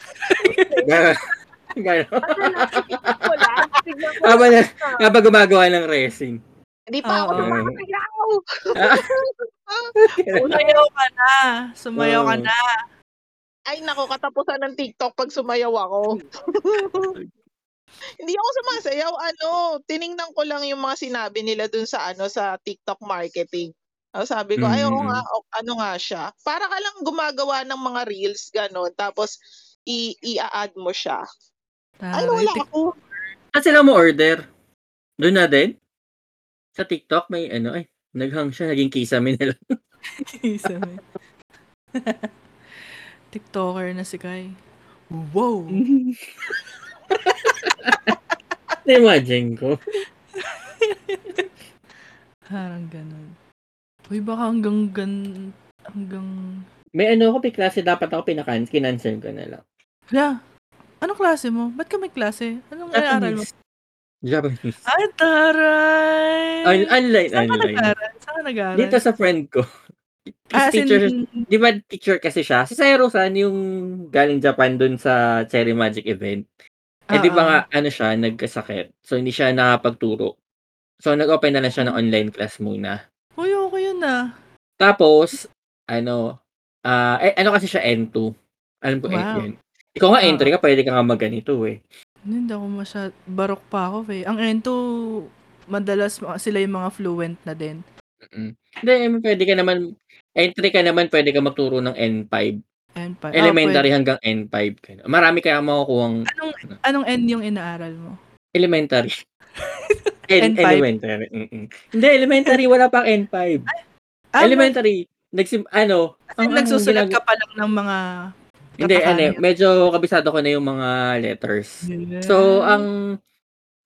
Gano'n.
ko lang. Tignan ko
Habang,
lang.
habang gumagawa ng racing.
Hindi pa ako
Oo.
Oh.
nakakayaw.
Sumayaw ka na. Sumayaw ka
Oo.
na.
Ay, nako, katapusan ng TikTok pag sumayaw ako. Hindi ako sumasayaw, ano, tiningnan ko lang yung mga sinabi nila dun sa ano sa TikTok marketing. Tapos sabi ko, ayo
Mm.
nga, o- ano nga siya. Para ka lang gumagawa ng mga reels ganun, tapos i- i-add mo siya. Ay, wala
Taray.
ako.
At Ah, sila mo order. Doon na din. Sa TikTok may ano ay naghang siya naging kisame nila.
Sabi. TikToker na si Kai. Wow!
Imagine ko.
Parang ganun. Uy, baka hanggang gan... Hanggang...
May ano ako, may klase dapat ako pinakancel, kinancel ko na lang.
Wala. Anong klase mo? Ba't ka may klase? Anong inaaral mo?
Japanese. Japanese.
Ay, taray!
On- online,
Saan ka
online.
nag-aral? Saan ka nag-aral? Ah,
Dito sa friend ko. His
As in,
teacher, di ba teacher kasi siya? Si Sairo San yung galing Japan doon sa Cherry Magic event. Eh di ba
Oo.
nga, ano siya, nagkasakit. So hindi siya nakapagturo. So nag-open na lang siya ng online class muna.
Uy, okay yun ah.
Tapos, ano, ah eh, ano kasi siya N2. Alam ko
Wow.
N- N. Ikaw nga
Ah.
N3 ka, pwede ka nga magganito eh.
Hindi ako masyad... Barok pa ako eh. Ang ento, madalas mga- sila yung mga fluent na din.
Mm. Hindi, I mean, pwede ka naman, N3 ka naman, pwede ka magturo ng N5.
And pa, ah,
Elementary hanggang N5. ganun. Marami kaya makukuha ang
pwede. Anong, anong end yung inaaral mo?
elementary. N-
N5.
elementary. mm-mm. Hindi, elementary, wala pang N5.
Ah,
elementary, nagsim, ano,
Kasi nagsusulat
ginag-
ka pa lang ng mga...
Hindi, ano,
katakanian.
medyo kabisado ko na yung mga letters.
Hmm.
So, ang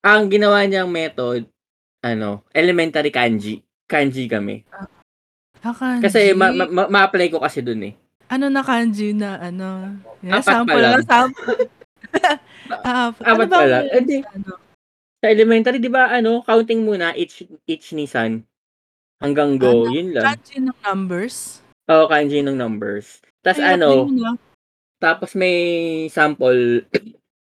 ang ginawa niyang method, ano, elementary kanji. Kanji kami.
Ah, kanji.
Kasi ma- ma- ma- ma-apply ko kasi dun eh.
Ano na kanji na ano? Yeah,
Apat pa
sample
lang.
lang. sample. ah,
Apat pa lang. Eh,
ang-
Hindi.
Ano?
Sa elementary, di ba, ano, counting muna each, each nisan. Hanggang go,
Ano?
yun lang.
Kanji ng numbers?
Oo, kanji ng numbers. Tapos
Hirap
ano,
din yun, ah.
tapos may sample,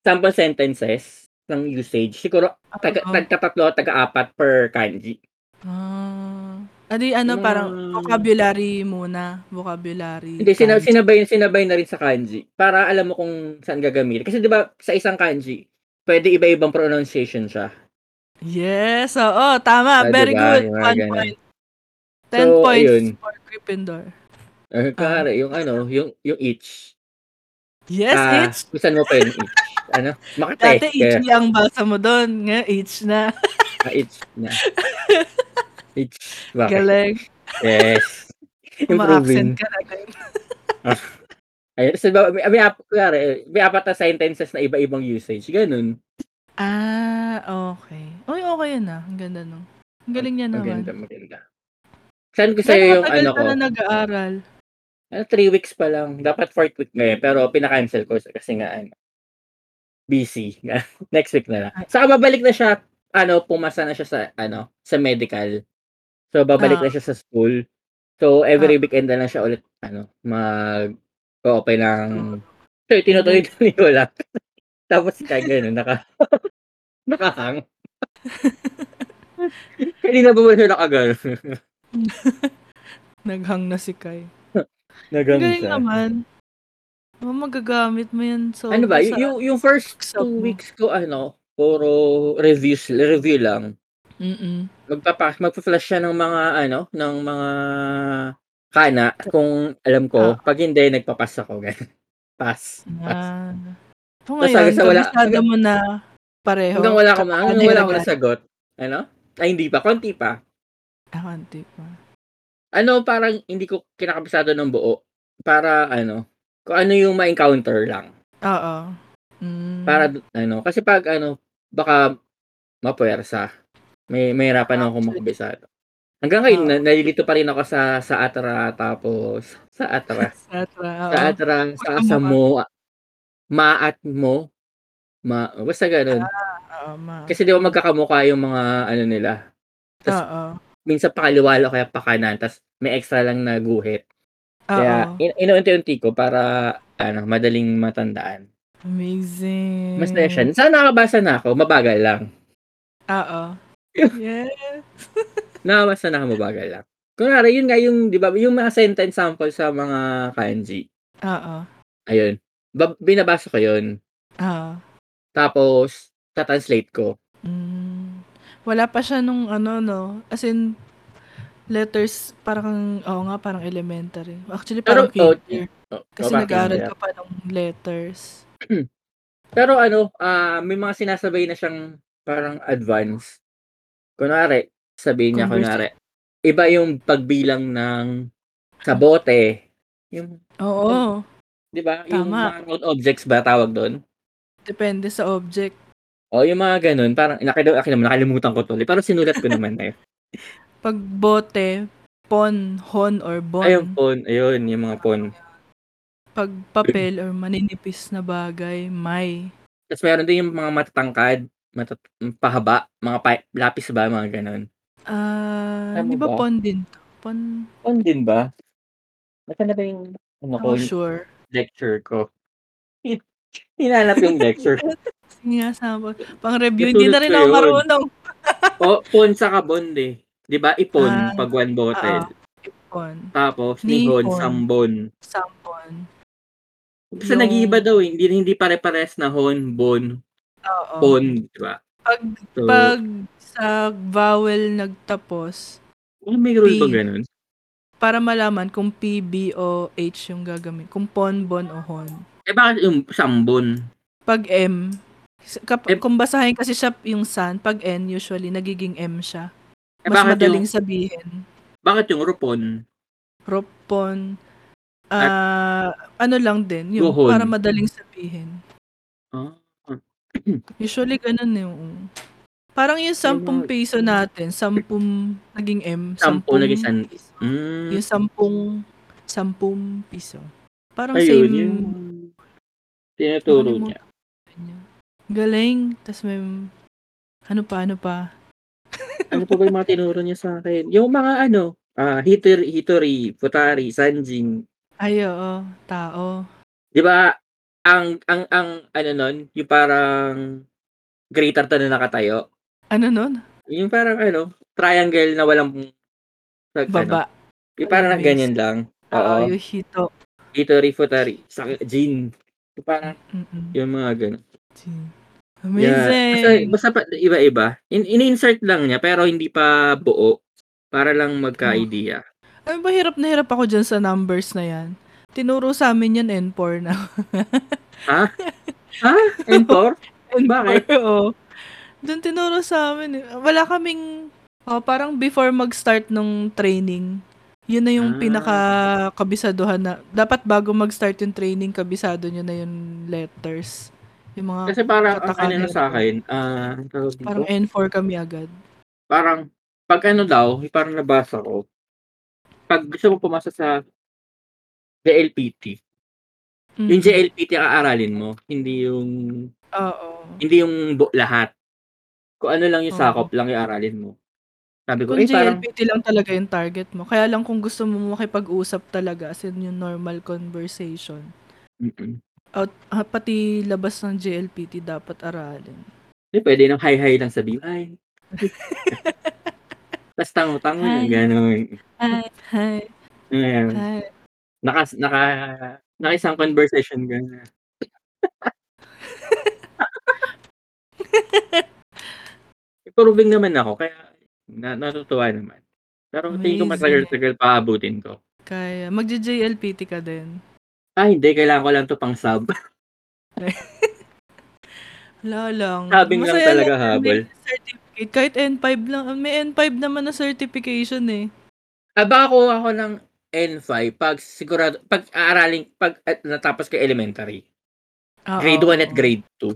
sample sentences ng usage. Siguro, taga,
Oo.
tagkatatlo, taga-apat per kanji.
Ah. Adi, ano,
Mga-
parang vocabulary muna. Vocabulary.
Hindi, sina-
kanji.
sinabay, sinabay na rin sa kanji para alam mo kung saan gagamitin. Kasi di ba sa isang kanji, pwede iba-ibang pronunciation siya.
Yes, oo, tama.
Ah,
Very
diba?
good.
Yung mga
One
ganun.
point. Ten
So,
points
ayun.
for Gryffindor. Ah.
Eh, Kare, yung ano, yung, yung each.
Yes,
Ah,
each.
kung saan mo pa yung each. Ano? Makate.
Dati each
Kaya,
ang basa mo doon. Ngayon, each na.
ah, each na. Each. Bakit?
Galing.
Yes.
Ma-accent
Improving.
ka na din.
Ayun. So, ba- may, may, ap- kuwari, may apat na sentences na iba-ibang usage. Ganun.
Ah, okay. Uy, okay yun ah. Ang ganda nung. Ang galing niya Ano naman.
Maganda, maganda. Saan ko
Gano'ng
sa'yo yung
matagal
ano
ka
ko?
na nag-aaral?
Ano, three weeks pa lang. Dapat fourth week ngayon. Pero pinakancel ko kasi nga, ano, busy. Next week na lang. Saka babalik na siya, ano, pumasa na siya sa, ano, sa medical. So, babalik
Ah.
na siya sa school. So,
Ah.
every weekend na lang siya ulit, ano, mag, o-open ng,
Mm.
so, tinutuloy-tuloy ko lang. Tapos, kaya gano'n, naka, nakahang. Kanina ba ba siya nakagano'n?
Naghang na si Kai. Ang
Nagang
galing
siya.
naman. Oh, magagamit mo yan. So, mm.
ano ba? Y- yung, yung first
workshop
two
mo.
weeks ko, ano, puro reviews, review lang.
Mm-mm.
Magpapas, magpa-flash siya ng mga, ano, ng mga kana kung alam ko. Pag hindi, nagpapas ako. ganun. Pass. pass.
Ah. So,
Tapos
ngayon,
hanggang sa wala-
kabisado mo na pareho.
Hanggang wala ko, ma- hanggang
Ano
wala
yung
ko nasagot. Ano? Ay, hindi pa. Konti pa.
Ah, konti pa.
Ano, parang hindi ko kinakabisado ng buo. Para, ano, kung ano yung ma-encounter lang.
Oo. Mm.
Para d- ano, kasi pag ano, baka mapuwersa. May may hirapan ako makabisado. Hanggang ngayon,
Oo.
na, nalilito pa rin ako sa sa Atra tapos sa Atra.
Sa atra.
sa
oo.
Atra, sa
Ano
Asamo, Maat mo. Ma, basta ganun.
Oo, ma.
Kasi di ba magkakamukha yung mga ano nila. tas-
Oo.
Minsan pakaliwala o kaya pakanan, tas may extra lang na guhit. Kaya
Oo.
in, inuunti-unti ko para ano, madaling matandaan.
Amazing.
Mas na siya. Sana nakabasa na ako, mabagal lang.
Oo. Yeah.
Nakabasa na ako mabagal lang. Kunwari, yun nga yung, di ba, yung mga sentence sample sa mga kanji.
Oo.
Ayun. Ba- binabasa ko yun.
Oo.
Tapos, tatranslate ko.
Mm. Wala pa siya nung ano, no? As in, letters, parang, oo nga, parang elementary. Actually, parang
Pero, oh,
kinder.
oh,
Kasi
oh,
nag-aaral
bakit?
ka pa ng letters.
Pero ano, ah, may mga sinasabay na siyang parang advance. Kunwari, sabihin niya,
Conversa-
kunwari, iba yung pagbilang ng sa bote. Yung, Oh.
Oo.
di ba? Yung
Tama.
mga round objects ba tawag doon?
Depende sa object.
O, yung mga ganun, parang, nakil- akin naman, nakalimutan ko tuloy. Pero sinulat ko naman na yun.
Pag bote, pon, hon, or bon.
Ayun, pon. Ayun, yung mga pon.
Pag papel or maninipis na bagay, may.
Tapos meron din yung mga matatangkad, matat pahaba, mga pa- lapis ba, mga ganun.
Ah,
Tama
di ba
ba?
pon din to? Pon,
On din ba? Basta na ba yung ano
ako Oh, sure.
lecture ko? Hin- Hinanap yung lecture.
Sige nga, sama. Pang review, hindi na
Natulog
rin
ko
ako
yun.
marunong.
o, pon sa kabond eh. Di ba, ipon
Ah,
pag one bottle.
Pon,
Tapos, nihon,
Nihon.
sambon.
sampon.
Basta
Yung-
nag-iiba daw eh. Hindi, hindi pare-pares na hon, bon,
Oo.
pon, di ba?
Pag,
So,
Ah. pag sa vowel nagtapos,
may rule ba
P.
ganun?
para malaman kung PB o H yung gagamit. Kung pon, bon, o hon.
Eh, bakit yung sambon?
Pag M, s- kap-
Eh,
kung basahin kasi siya yung san, pag N usually nagiging M siya.
Eh,
Mas
bakit
madaling
yung,
sabihin.
bakit yung rupon?
Ropon. Ah, ano lang din, yung
Gohon.
para madaling sabihin.
Ah,
Usually ganun yung Parang yung 10
mga-
peso natin, 10 naging M, 10
Sampo naging san-
piso.
mm.
Yung sampung, sampung piso. Parang
Ayun,
same.
yung tinuturo
nakalimutan
niya.
ko yun. Galing. Tapos may, ano pa, ano pa.
Ano pa ba yung mga tinuro niya sa akin? Yung mga ano, ah Hitori, Hitori, Futari, Sanjin.
Ay, oo, tao.
Di ba, ang, ang, ang, ano nun, yung parang greater than na nakatayo.
Ano nun?
Yung parang, ano, triangle na walang, tag, ano,
Baba.
yung parang
walang Ah,
ganyan lang.
Oo,
Oo.
yung hito.
Hitori, Futari, sa Jin. Yung parang,
Mm-mm.
yung mga ganun. Yeah.
Amazing.
Basta, basta pa, iba-iba. In, in-insert lang niya, pero hindi pa buo. Para lang magka-idea.
Ay, ba hirap na hirap ako dyan sa numbers na yan. Tinuro sa amin yan N4 na.
And for?
N4,
Bakit?
oo. Doon tinuro sa amin. eh. Wala kaming, oh, parang before mag-start nung training, yun na yung
Ah.
pinaka-kabisaduhan na, dapat bago mag-start yung training, kabisado nyo na yung letters. Yung mga,
Kasi parang, ang
Katakana
ano na
yun.
sa akin, ah, ang tawag dito?
parang eh. N4 kami agad.
parang, pag ano daw, parang nabasa ko, pag gusto mo pumasa sa JLPT,
Mm.
yung JLPT ang aaralin mo, hindi yung,
Oo.
hindi yung bu- lahat. Kung ano lang yung
Oo.
sakop lang yung aaralin mo. Sabi ko,
Kung
eh, parang,
JLPT lang talaga yung target mo. Kaya lang kung gusto mo makipag-usap talaga, as in yung normal conversation,
mm
out, ah, pati labas ng JLPT dapat aralin.
pwede nang hi-hi lang sabi, hi. Tapos tango-tango na,
Hi.
ganun.
Hi. Hi.
Ayan.
Hi.
Naka, naka, Nakisang conversation ka na. Improving naman ako, kaya na, natutuwa naman. Pero tingin ko
Amazing.
matagal-tagal paabutin ko.
Kaya, magja-JLPT ka din.
Ah, hindi. Kailangan ko lang to pang sub.
Wala lang.
Sabing lang
Masaya
talaga
may
habol.
Certificate. Kahit N5 lang. May N5 naman na certification eh.
Ah, baka kuha ko ng N5 pag sigurado, pag aaraling, pag at, natapos ko elementary.
Oo.
Grade 1 at grade 2.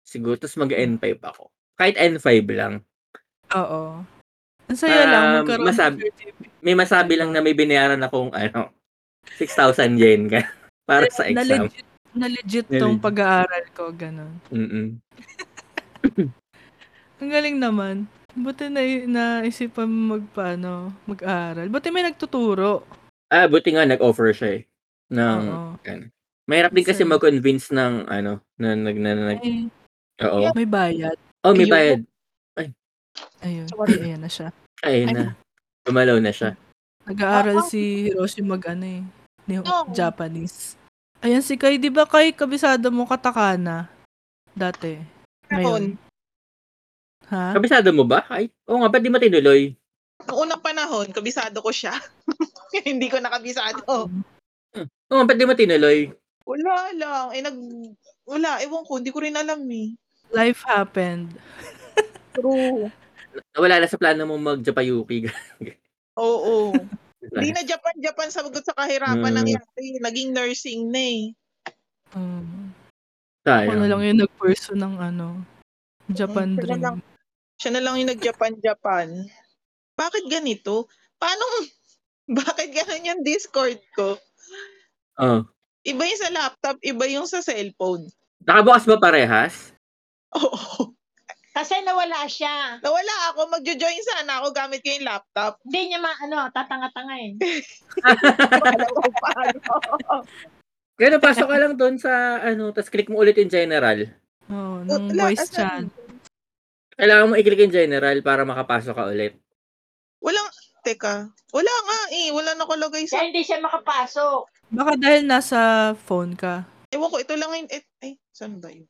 Siguro, tapos mag-N5 ako. Kahit N5 lang.
Oo. Ang saya lang.
Um,
Magkaroon
masabi-
ng certificate.
May masabi lang na may binayaran akong, ano, 6,000 yen ka. Para sa
Na
exam.
legit, na legit
Na
tong
legit.
pag-aaral ko. Ganon.
Mm-mm.
Ang galing naman. Buti na naisipan magpaano, mag-aral. Buti may nagtuturo.
Ah, buti nga nag-offer siya eh. Ng,
Oo.
ano. Mahirap din kasi
Sir.
mag-convince ng, ano, na nag, na, na- nag-
Ay,
oo.
may bayad.
Oh, may
Ayun.
bayad.
Ayun.
Sorry.
Ayan na siya.
Ayun na. Gumalaw na siya.
Nag-aaral
Oo.
si Hiroshi mag ano eh. ni-
No.
Japanese. Ayan si Kai. Di ba Kai, kabisado mo katakana? Dati. Ngayon. Ha?
Kabisado mo ba? Ay, oo nga, ba't di mo tinuloy?
Noong unang panahon, kabisado ko siya. Hindi ko nakabisado.
Oo, ba't di mo tinuloy?
Wala lang. Eh, nag... Wala, ewan ko. Hindi ko rin alam eh.
Life happened.
True.
Wala na sa plano mo mag-Japayuki.
Oo. Hindi na Japan-Japan sagot sa kahirapan
Mm.
Hmm.
nangyari. Naging nursing na eh.
Um,
Tayo.
ano lang yung nag-pursue ng ano, Japan
Ayun,
dream.
wala lang. Siya na lang yung nag-Japan-Japan. Bakit ganito? Paano? Bakit ganun yung Discord ko?
Oh.
Iba yung sa laptop, iba yung sa cellphone.
Nakabukas ba parehas?
Oo.
Kasi nawala siya.
Nawala ako, magjo-join sana ako gamit ko yung laptop.
Hindi niya maano, tatanga-tanga eh.
Alam ko paano.
Kaya napasok ka lang doon sa ano, tapos click mo ulit in general.
Oh, nung
Wala,
voice chat.
asan?
Kailangan mo i-click in general para makapasok ka ulit.
Walang, teka. Wala nga eh, wala nakalagay sa...
Kaya hindi siya makapasok.
Baka dahil nasa phone ka.
Ewan ko, ito lang yung... Eh, eh, saan ba yun?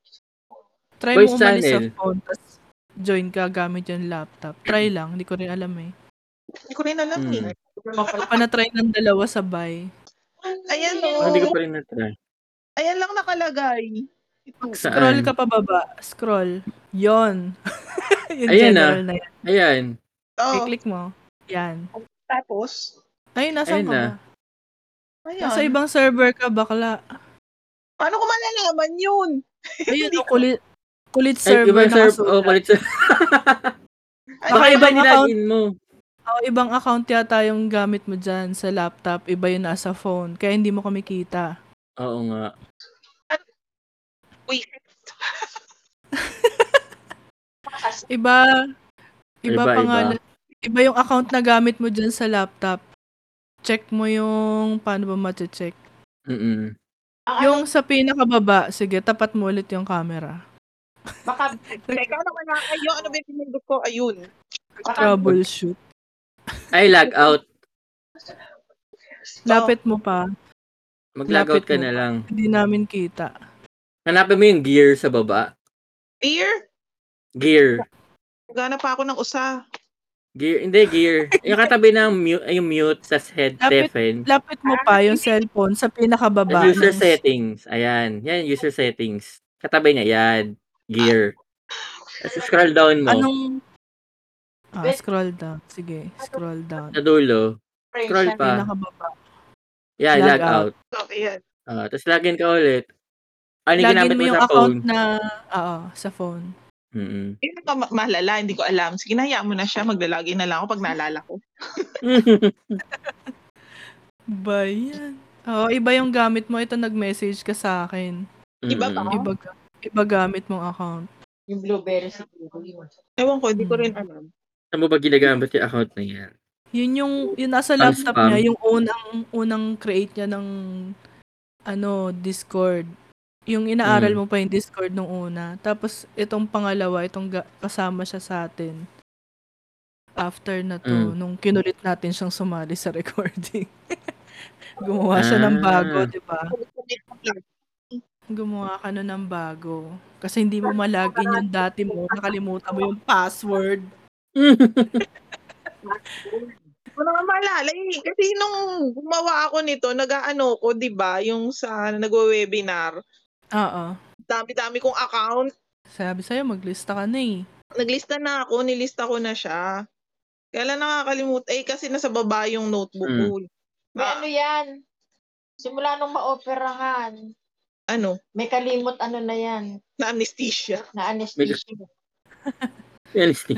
Try
Voice
mo umalis
channel.
sa phone, tapos join ka gamit yung laptop. Try lang, hindi ko rin alam eh.
Hindi ko rin alam
Hmm.
eh.
Panatry ng dalawa sabay.
Ayan
Oh, hindi ko
o.
pa rin natry.
Hmm.
Ayan lang nakalagay.
Saan?
Scroll ka pa baba. Scroll. Yon. yung
Ayan ah.
general na yan.
Ayan.
Oh,
I-click mo. Yan.
tapos,
Ay, nasa ka
Ayan ah. na.
ba?
ayan.
Nasa ibang server ka, bakla.
Paano ko malalaman yun?
Ayun, o kulit, kulit
Ay,
server
ibang
na
serve.
kasunod.
Oh, palit sa...
Ay,
Baka iba
ibang
nilagin mo.
Oo, Oh, ibang account yata yung gamit mo dyan sa laptop. Iba yung nasa phone. Kaya hindi mo kumikita.
Oo nga.
Wait,
Iba, iba,
Iba,
pangalan. Iba. yung account na gamit mo dyan sa laptop. Check mo yung, paano ba mati-check?
Mm-mm.
Ah,
Ang
Yung sa pinakababa, sige, tapat mo ulit yung camera.
ano, baka,
teka naman na kayo. Ano ba yung pinindot ko? Ayun.
baka
Troubleshoot.
Ay, lag out.
So,
Lapit mo pa,
Mag-lag out
Lapit
ka
mo.
na lang.
hindi namin kita.
Hanapin mo yung gear sa baba.
Dear,
Gear.
gana pa ako ng usa.
Gear. Hindi, gear. Yung katabi ng mute, ay, yung mute, tas head
Lapit-
deafen.
Lapit mo pa yung cellphone sa pinakababa.
Yung user
ng-
settings. Ayan. Yan, user settings. Katabi niya, yan. Gear. Tapos scroll down mo.
Ah. Anong... Ah,
Wait.
scroll down. Sige, scroll down.
Sa dulo. Scroll pa.
Pinakababa.
Ano Yan,
Log
log, out.
Okay, yan.
Ah, tapos login ka ulit. Ano yung ginamit
Lagin mo
mo
yung
sa
account
phone?
na... Oo, sa phone.
Mm-mm.
Hindi ka ma- mahalala, hindi ko alam. Sige, nahayaan mo na siya. Maglalagay na lang ako pag naalala ko.
Ba yan? Oo, iba yung gamit mo. Ito nag-message ka sa akin.
Iba pa?
Mm-mm.
Iba, ga- iba gamit mong account.
yung blueberry siguro yun.
Ewan ko, hindi ko
Hmm.
rin alam.
Saan mo ba ginagamit yung account na yan?
Yun yung, yung nasa
Ang
laptop
spam.
niya, yung unang, unang create niya ng, ano, Discord. Yung inaaral
Mm.
mo pa yung Discord nung una. Tapos, itong pangalawa, itong ga- kasama siya sa atin. After na to,
Mm.
nung kinulit natin siyang sumali sa recording. Gumawa siya ng
Ah.
bago, di ba?
Kami
Gumawa ka na ng bago. Kasi hindi mo malagin yung dati mo. Nakalimutan mo yung password.
Wala malalay. eh. Kasi nung gumawa ako nito, nag-aano ko, di ba, yung sa nagwe-webinar,
Oo.
dami-dami kong account.
Sabi sa'yo, maglista ka na eh.
Naglista na ako, nilista ko na siya. Kaya lang nakakalimutan. Eh, kasi nasa baba yung notebook
Mm.
ko. eh. Ah.
May ano yan? Simula nung maoperahan,
Ano?
may kalimot ano na yan,
Na anesthesia.
na anesthesia.
Realistic.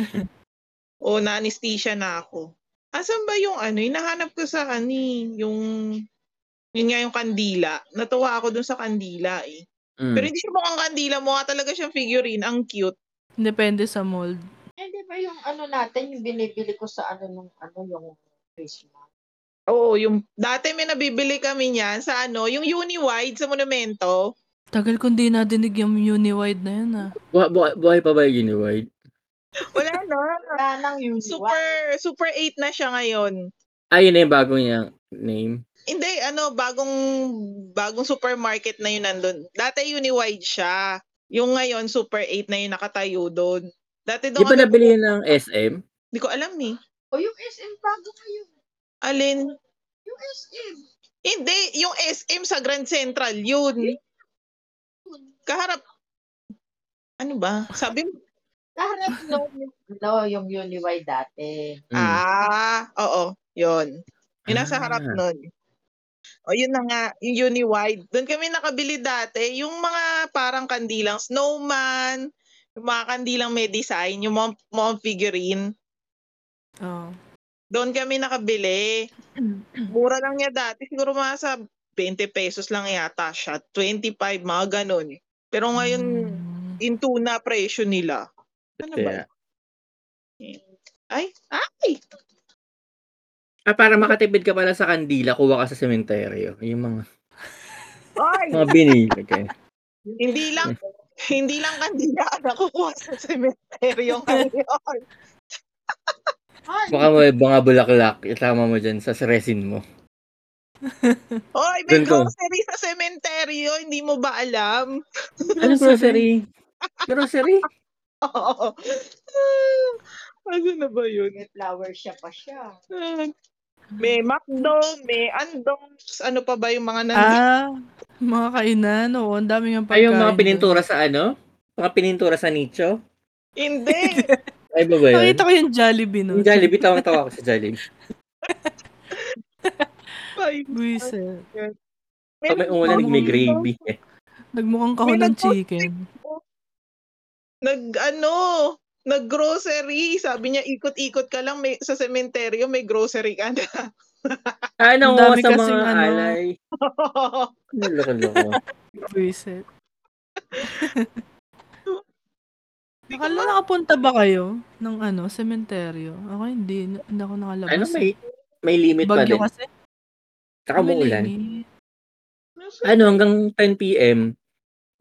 O, na anesthesia na ako. Asan ba yung ano? Hinahanap ko sa ani, yung... Yun nga yung kandila. Natuwa ako dun sa kandila eh.
Mm.
Pero hindi siya mukhang kandila. Mukha talaga siyang figurine. Ang cute.
Depende sa mold.
Hindi ba yung ano natin, yung binibili ko sa ano nung ano yung Christmas?
Oo, yung dati may nabibili kami niyan sa ano, yung Uniwide sa Monumento.
Tagal kong di nadinig yung uniwide na yun ah.
Bu- bu- buhay pa ba yung Uniwide?
Wala na.
Wala nang yun.
Super, super 8 na siya ngayon.
Ah, yun na yung bago niyang name.
Hindi, ano, bagong, bagong supermarket na yun nandun. Dati Uniwide siya. Yung ngayon, super 8 na yung nakatayo doon. Dati
Di ba
doon, ako-
nabili yun ng SM?
Hindi ko alam eh.
O yung SM bago kayo.
Alin?
Yung SM.
Hindi, yung SM sa Grand Central, yun. Kaharap. Ano ba? Sabi mo,
Kaharap noon yung ano, yung Uniway dati.
Mm.
ah, oo, yun. Yung nasa
Ah.
harap nun. O yun na nga, yung Uniwide. Doon kami nakabili dati, yung mga parang kandilang snowman, yung mga kandilang may design, yung mga, mga figurine.
Oh.
Oo.
Doon kami nakabili. Mura lang niya dati. Siguro mga sa 20 pesos lang yata siya. 25, mga ganun. Pero Oh, ngayon,
Mm.
into na presyo nila. Ano
Hmm.
ba?
Kaya-
Ay, ay!
Ah, para makatipid ka pala sa kandila, kuha ka sa sementeryo. Yung mga,
Ay!
mga binili ka.
hindi lang, hindi lang kandila ang nakukuha sa sementeryo ngayon.
Ay,
Baka mo yung mga bulaklak, itama mo dyan sa resin mo.
Oy, may
Doon ko.
grocery sa sementeryo, hindi mo ba alam?
Ano grocery? Grocery?
Oo. ano na ba yun? Ah,
may flower siya pa siya.
May McDo, may Andoms, ano pa ba yung mga nandito?
Ah, mga kainan. Oo, ang dami ng pagkain. eh.
Ay, yung mga
doon.
pinintura sa ano? Mga pinintura sa nicho?
Hindi.
Ay, ba ba yun?
Nakita ko yung Jollibee nun.
Yung Jollibee, tawang-tawa ako sa Jollibee.
Ay,
Buwisit.
Pag may ulan, may gravy. Eh.
Nagmukhang kahon ng
nagpo-
chicken.
Nag, ano, nag-grocery. Sabi niya, ikot-ikot ka lang may, sa sementeryo, may grocery ka na.
Ano
Ang dami
sa mga
kasing ano.
alay? Loko-loko.
Buwisit.
Hindi ko
Akala
ma-
nakapunta ba kayo ng ano, sementeryo? Ako hindi, na- hindi ako nakalabas.
ano, may, may limit pa
Bagyo
din.
kasi. eh.
Saka
May
umuulan.
linis.
Ano, hanggang 10 p.m.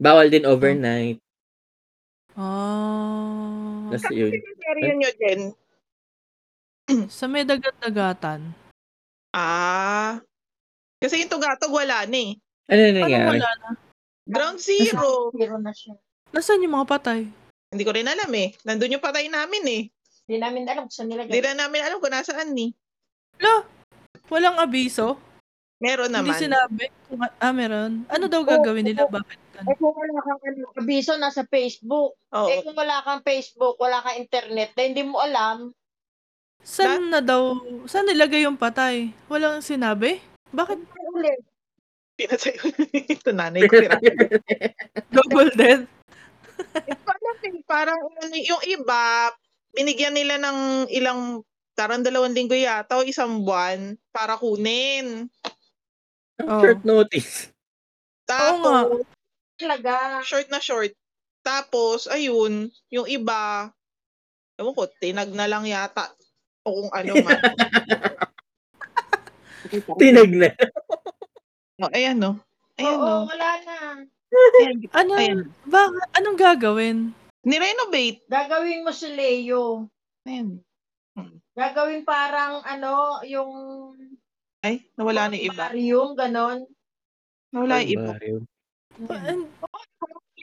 Bawal din overnight.
Ah.
Tapos
Saan
yun.
sementeryo niyo, Jen?
Sa may dagat-dagatan.
Ah. Kasi yung tugatog wala na eh.
Ano na
Ano
nangyari?
wala na?
Ground zero.
Pero na siya.
Nasaan yung mga patay?
Hindi ko rin alam eh. Nandun yung patay namin eh.
Hindi namin alam kung saan
Hindi
nilagay.
na namin alam kung nasaan ni. Eh.
Walang abiso?
Meron
Hindi
naman.
sinabi? Ah, meron. Ano daw
Oo,
gagawin nila?
oo.
Bakit? ano?
Eh kung wala kang ano, abiso, nasa Facebook.
Oo.
Eh kung wala kang Facebook, wala kang internet, na hindi mo alam,
Saan na daw? Saan nilagay yung patay? Walang sinabi? Bakit
ay ulit.
Pinatay ko. Ito nanay ko. pinatay.
double death?
Parang, parang ano, yung iba, binigyan nila ng ilang, parang dalawang linggo yata o isang buwan para kunin.
Oh.
Short notice.
nga.
Tapos,
Talaga.
short na short. Tapos, ayun, yung iba, ewan ko, tinag na lang yata. O kung ano man.
Tinag na.
O, ayan no. Ayan
Oo,
no.
wala na.
Ayan.
Ano?
Ayan.
Ba, anong gagawin?
Nirenovate.
Gagawin mo si Leo.
Ayan.
Gagawin parang ano, yung
Ay, nawala na yung iba.
aquarium, ganon.
Wala yung iba.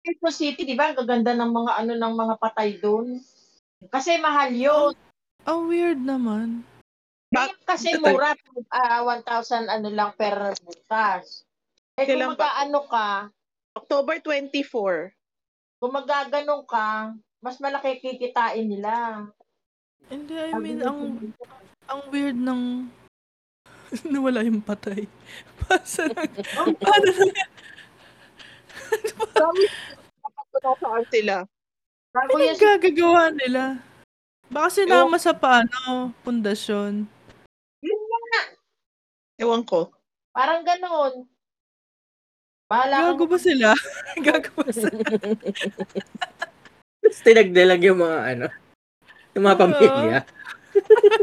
Quezon City, di ba? Ang gaganda ng mga ano ng mga patay doon. Kasi mahal yun.
Ang weird naman.
Ba-
Kaya kasi
Tatay-
mura, ah, 1,000 ano lang per butas. Eh kung
Kailan ba-
magkaano ka,
October 24.
kung magaganong ka, mas malaki kikitain nila.
Hindi, I mean, ang, ang weird ng nawala yung patay. Pasa na, paano na
Sabi ko saan sila.
Bago
Anong
yan si
gagagawa nila? Baka sinama sa paano, pundasyon.
Ewan ko.
Parang ganon. Bahala
Gago
kung
ba sila? Gago ba sila?
Tapos tinagdalag yung mga ano, yung mga
Oo.
pamilya.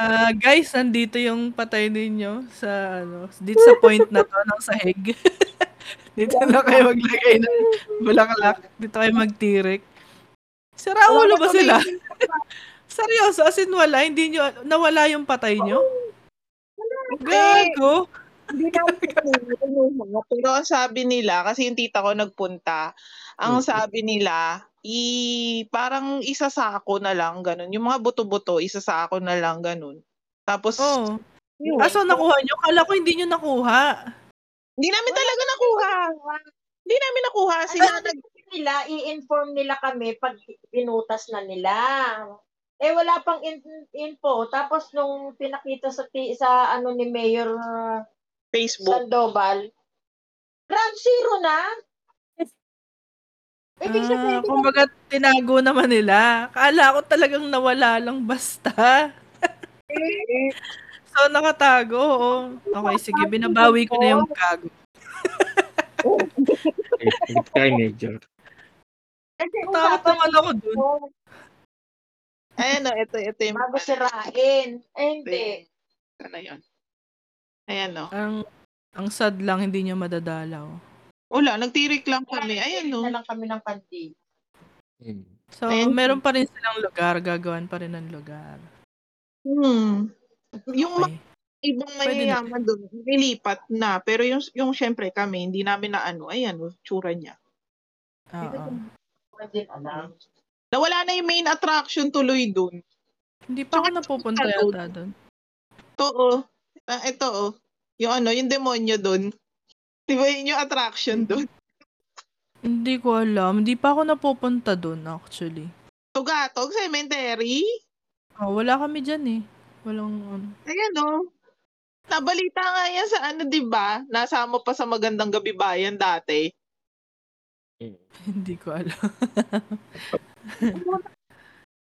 Ah, guys, nandito yung patay ninyo sa ano, dito sa point na to ng sahig. dito na kayo maglagay ng bulaklak. Dito kayo magtirik. Sira ulo Ah, ba sila? Seryoso, as in wala, hindi nyo, nawala yung patay nyo? Gago!
Hindi na Pero ang sabi nila, kasi yung tita ko nagpunta,
Mm.
ang sabi nila, i parang isa sa ako na lang, ganun. Yung mga buto-buto, isa sa ako na lang, ganun. Tapos,
Oh.
Oo.
yun.
Aso nakuha nyo? Kala ko hindi nyo nakuha.
hindi namin talaga nakuha. Hindi namin nakuha.
Ano
Sila nag...
nila, i-inform nila kami pag binutas na nila. Eh wala pang in- info. Tapos nung pinakita sa ti- sa ano ni Mayor uh,
Facebook.
Sandoval, ground zero na. Ibig
Ah,
sabihin, uh,
kumbaga tinago naman nila. Kala ko talagang nawala lang basta. so nakatago, oo. Okay, sige, binabawi ko na yung gago.
Kaya major.
kasi
Takot
usapan
naman ako dun.
ko,
Ayan o, ito, ito yung...
bago sirain. Eh hindi.
Ano yun? Ayan oh. o.
Ang, ang sad lang, hindi niya oh. madadalaw.
Wala, nagtirik lang kami. Ayan oh. o.
Na lang kami ng kandi.
Hmm.
So,
Ayun.
meron pa rin silang lugar, gagawan pa rin ng lugar.
Hmm. Yung mga
Okay.
ibang
Pwede na.
mayayaman doon, nilipat na. Pero yung, yung syempre kami, hindi namin na ano, ayan, oh, tsura niya.
Oo.
Hindi ko alam.
Nawala na yung main attraction tuloy doon.
Hindi pa ako napupunta yata dun.
Ito, oh. Ah, ito, oh. Yung ano, yung demonyo doon. Di ba yun yung attraction doon?
Mm-hmm. Hindi ko alam. Hindi pa ako napupunta dun, actually.
Tugatog, cemetery.
Oh, wala kami dyan eh. Walang, ano.
Ayan, oh. Nabalita nga yan sa ano, di ba? Nasama pa sa magandang gabi bayan dati.
Hmm.
hindi ko alam.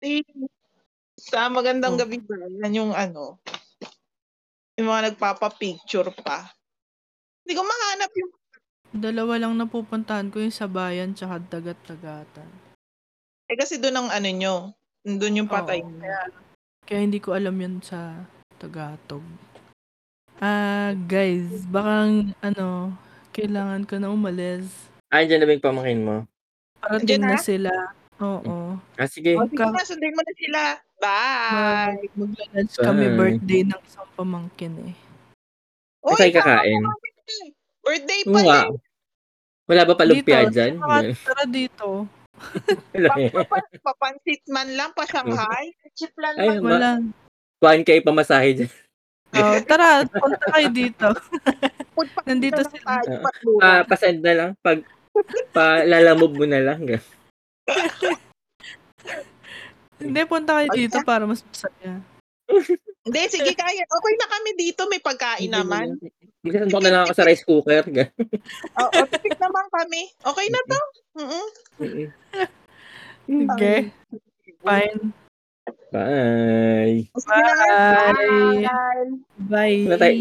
Eh, Sa magandang
Oh.
gabi bayan, yung ano, yung mga nagpapapicture pa. Hindi ko mahanap yung
Dalawa lang napupuntahan ko yung sa bayan tsaka dagat-dagatan.
Eh kasi doon ang ano nyo, doon yung patay.
Oo. Kaya hindi ko alam yun sa Tagatog. Ah, guys, baka ano, kailangan ko na umalis.
Ah, andyan na ba yung pamangkin mo?
Parating
Nandiyan
na
na?
sila. Oo.
Ah, sige.
O sige
Ka-
na, sundin mo na sila. Bye!
Mag- Magla-lunch kami
Bye.
birthday ng isang pamangkin eh.
Ay, tayo
tama
kakain.
pa kami. Birthday
Oo
pa
nga.
eh.
yun.
Wala ba palumpia dyan?
Tara, tara dito.
Wala eh.
Papa- Papansit man lang pa Shanghai.
Chiplan
Ay,
lang
Ma-
Wala.
1K pamasahe dyan.
Oh, tara, punta kayo dito.
Foodpack
Nandito
na lang
sila.
tayo,
Ah.
patmura.
Pa, pasend na lang. Pag, palalamob mo na lang. Ganun.
Hindi, punta kayo dito para mas masaya.
Hindi, sige kaya. Okay na kami dito. May pagkain naman.
Magsasandok na lang ako sa rice cooker. Ganun.
Oo, tipik naman kami. Okay na to. Mm-mm.
Mm-mm.
Okay. Fine.
Bye.
Sige na nga.
Bye. Bye.
Wala tayo-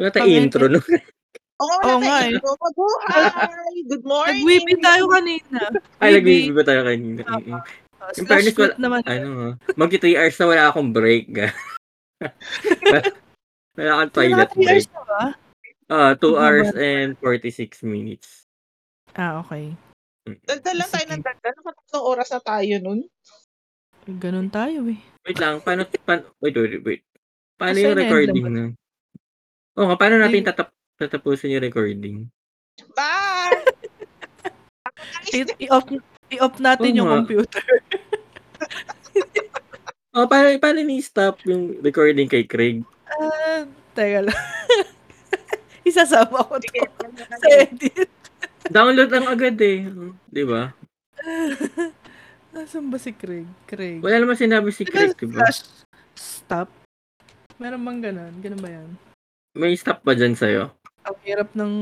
Wala tayo
Comment.
intro no?
Oo, wala
Oo nga
tayong
eh.
info. Mabuhay! Good morning!
Nag-weebie tayo kanina.
Ay,
Weebie.
nag-review ba tayo kanina?
Tama.
Mm-mm.
Oh, slash
In fairness,
food naman.
Ano, magki 3 hours na wala akong break. ganun. wala akong toilet
Nakaka-three hours
break.
na ba?
Ah, 2
Ano ba?
hours and 46 minutes.
Ah, okay.
Mm-mm.
Dagdag lang tayo
Sige.
ng dagdag. Ano Nakatatlong oras na tayo nun.
Ganun tayo eh.
Wait lang, paano, pan, wait, wait, wait. Paano
Kasi
yung
na-end
recording na? Oo nga, paano natin tatap, tatapusin yung recording.
Bye!
I- I-off, i-off natin
Oo
yung
nga.
computer.
Oh, paano, paano ni-stop yung recording kay Craig?
Ah, teka lang. Isasama ko to sa edit.
Download lang agad eh. Oh, Di ba?
Nasaan ba si Craig? Craig.
Wala naman sinabi si Craig, diba? di ba?
Slash stop. Meron bang ganun? Ganun ba yan?
May stop ba dyan sa'yo?
Ang hirap ng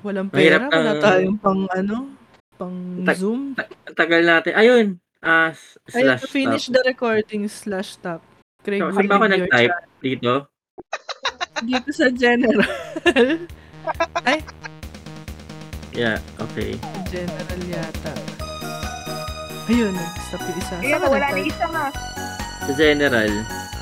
walang
Ang
pera.
hirap
Wala
ng-
tayong pang ano? Pang
Tak-
Zoom.
Ang tagal natin. Ayun! Ah, s-
Ayun,
slash
finish
stop.
the recording slash stop. Craig, we
Sa- Saan ba ako
need your
nag-type? Dito?
chat. Dito sa general.
Yeah, okay.
general yata. Ayun, nag-stop yung isa.
Ayun,
Saan ka
wala na
nag-type?
isa nga.
General.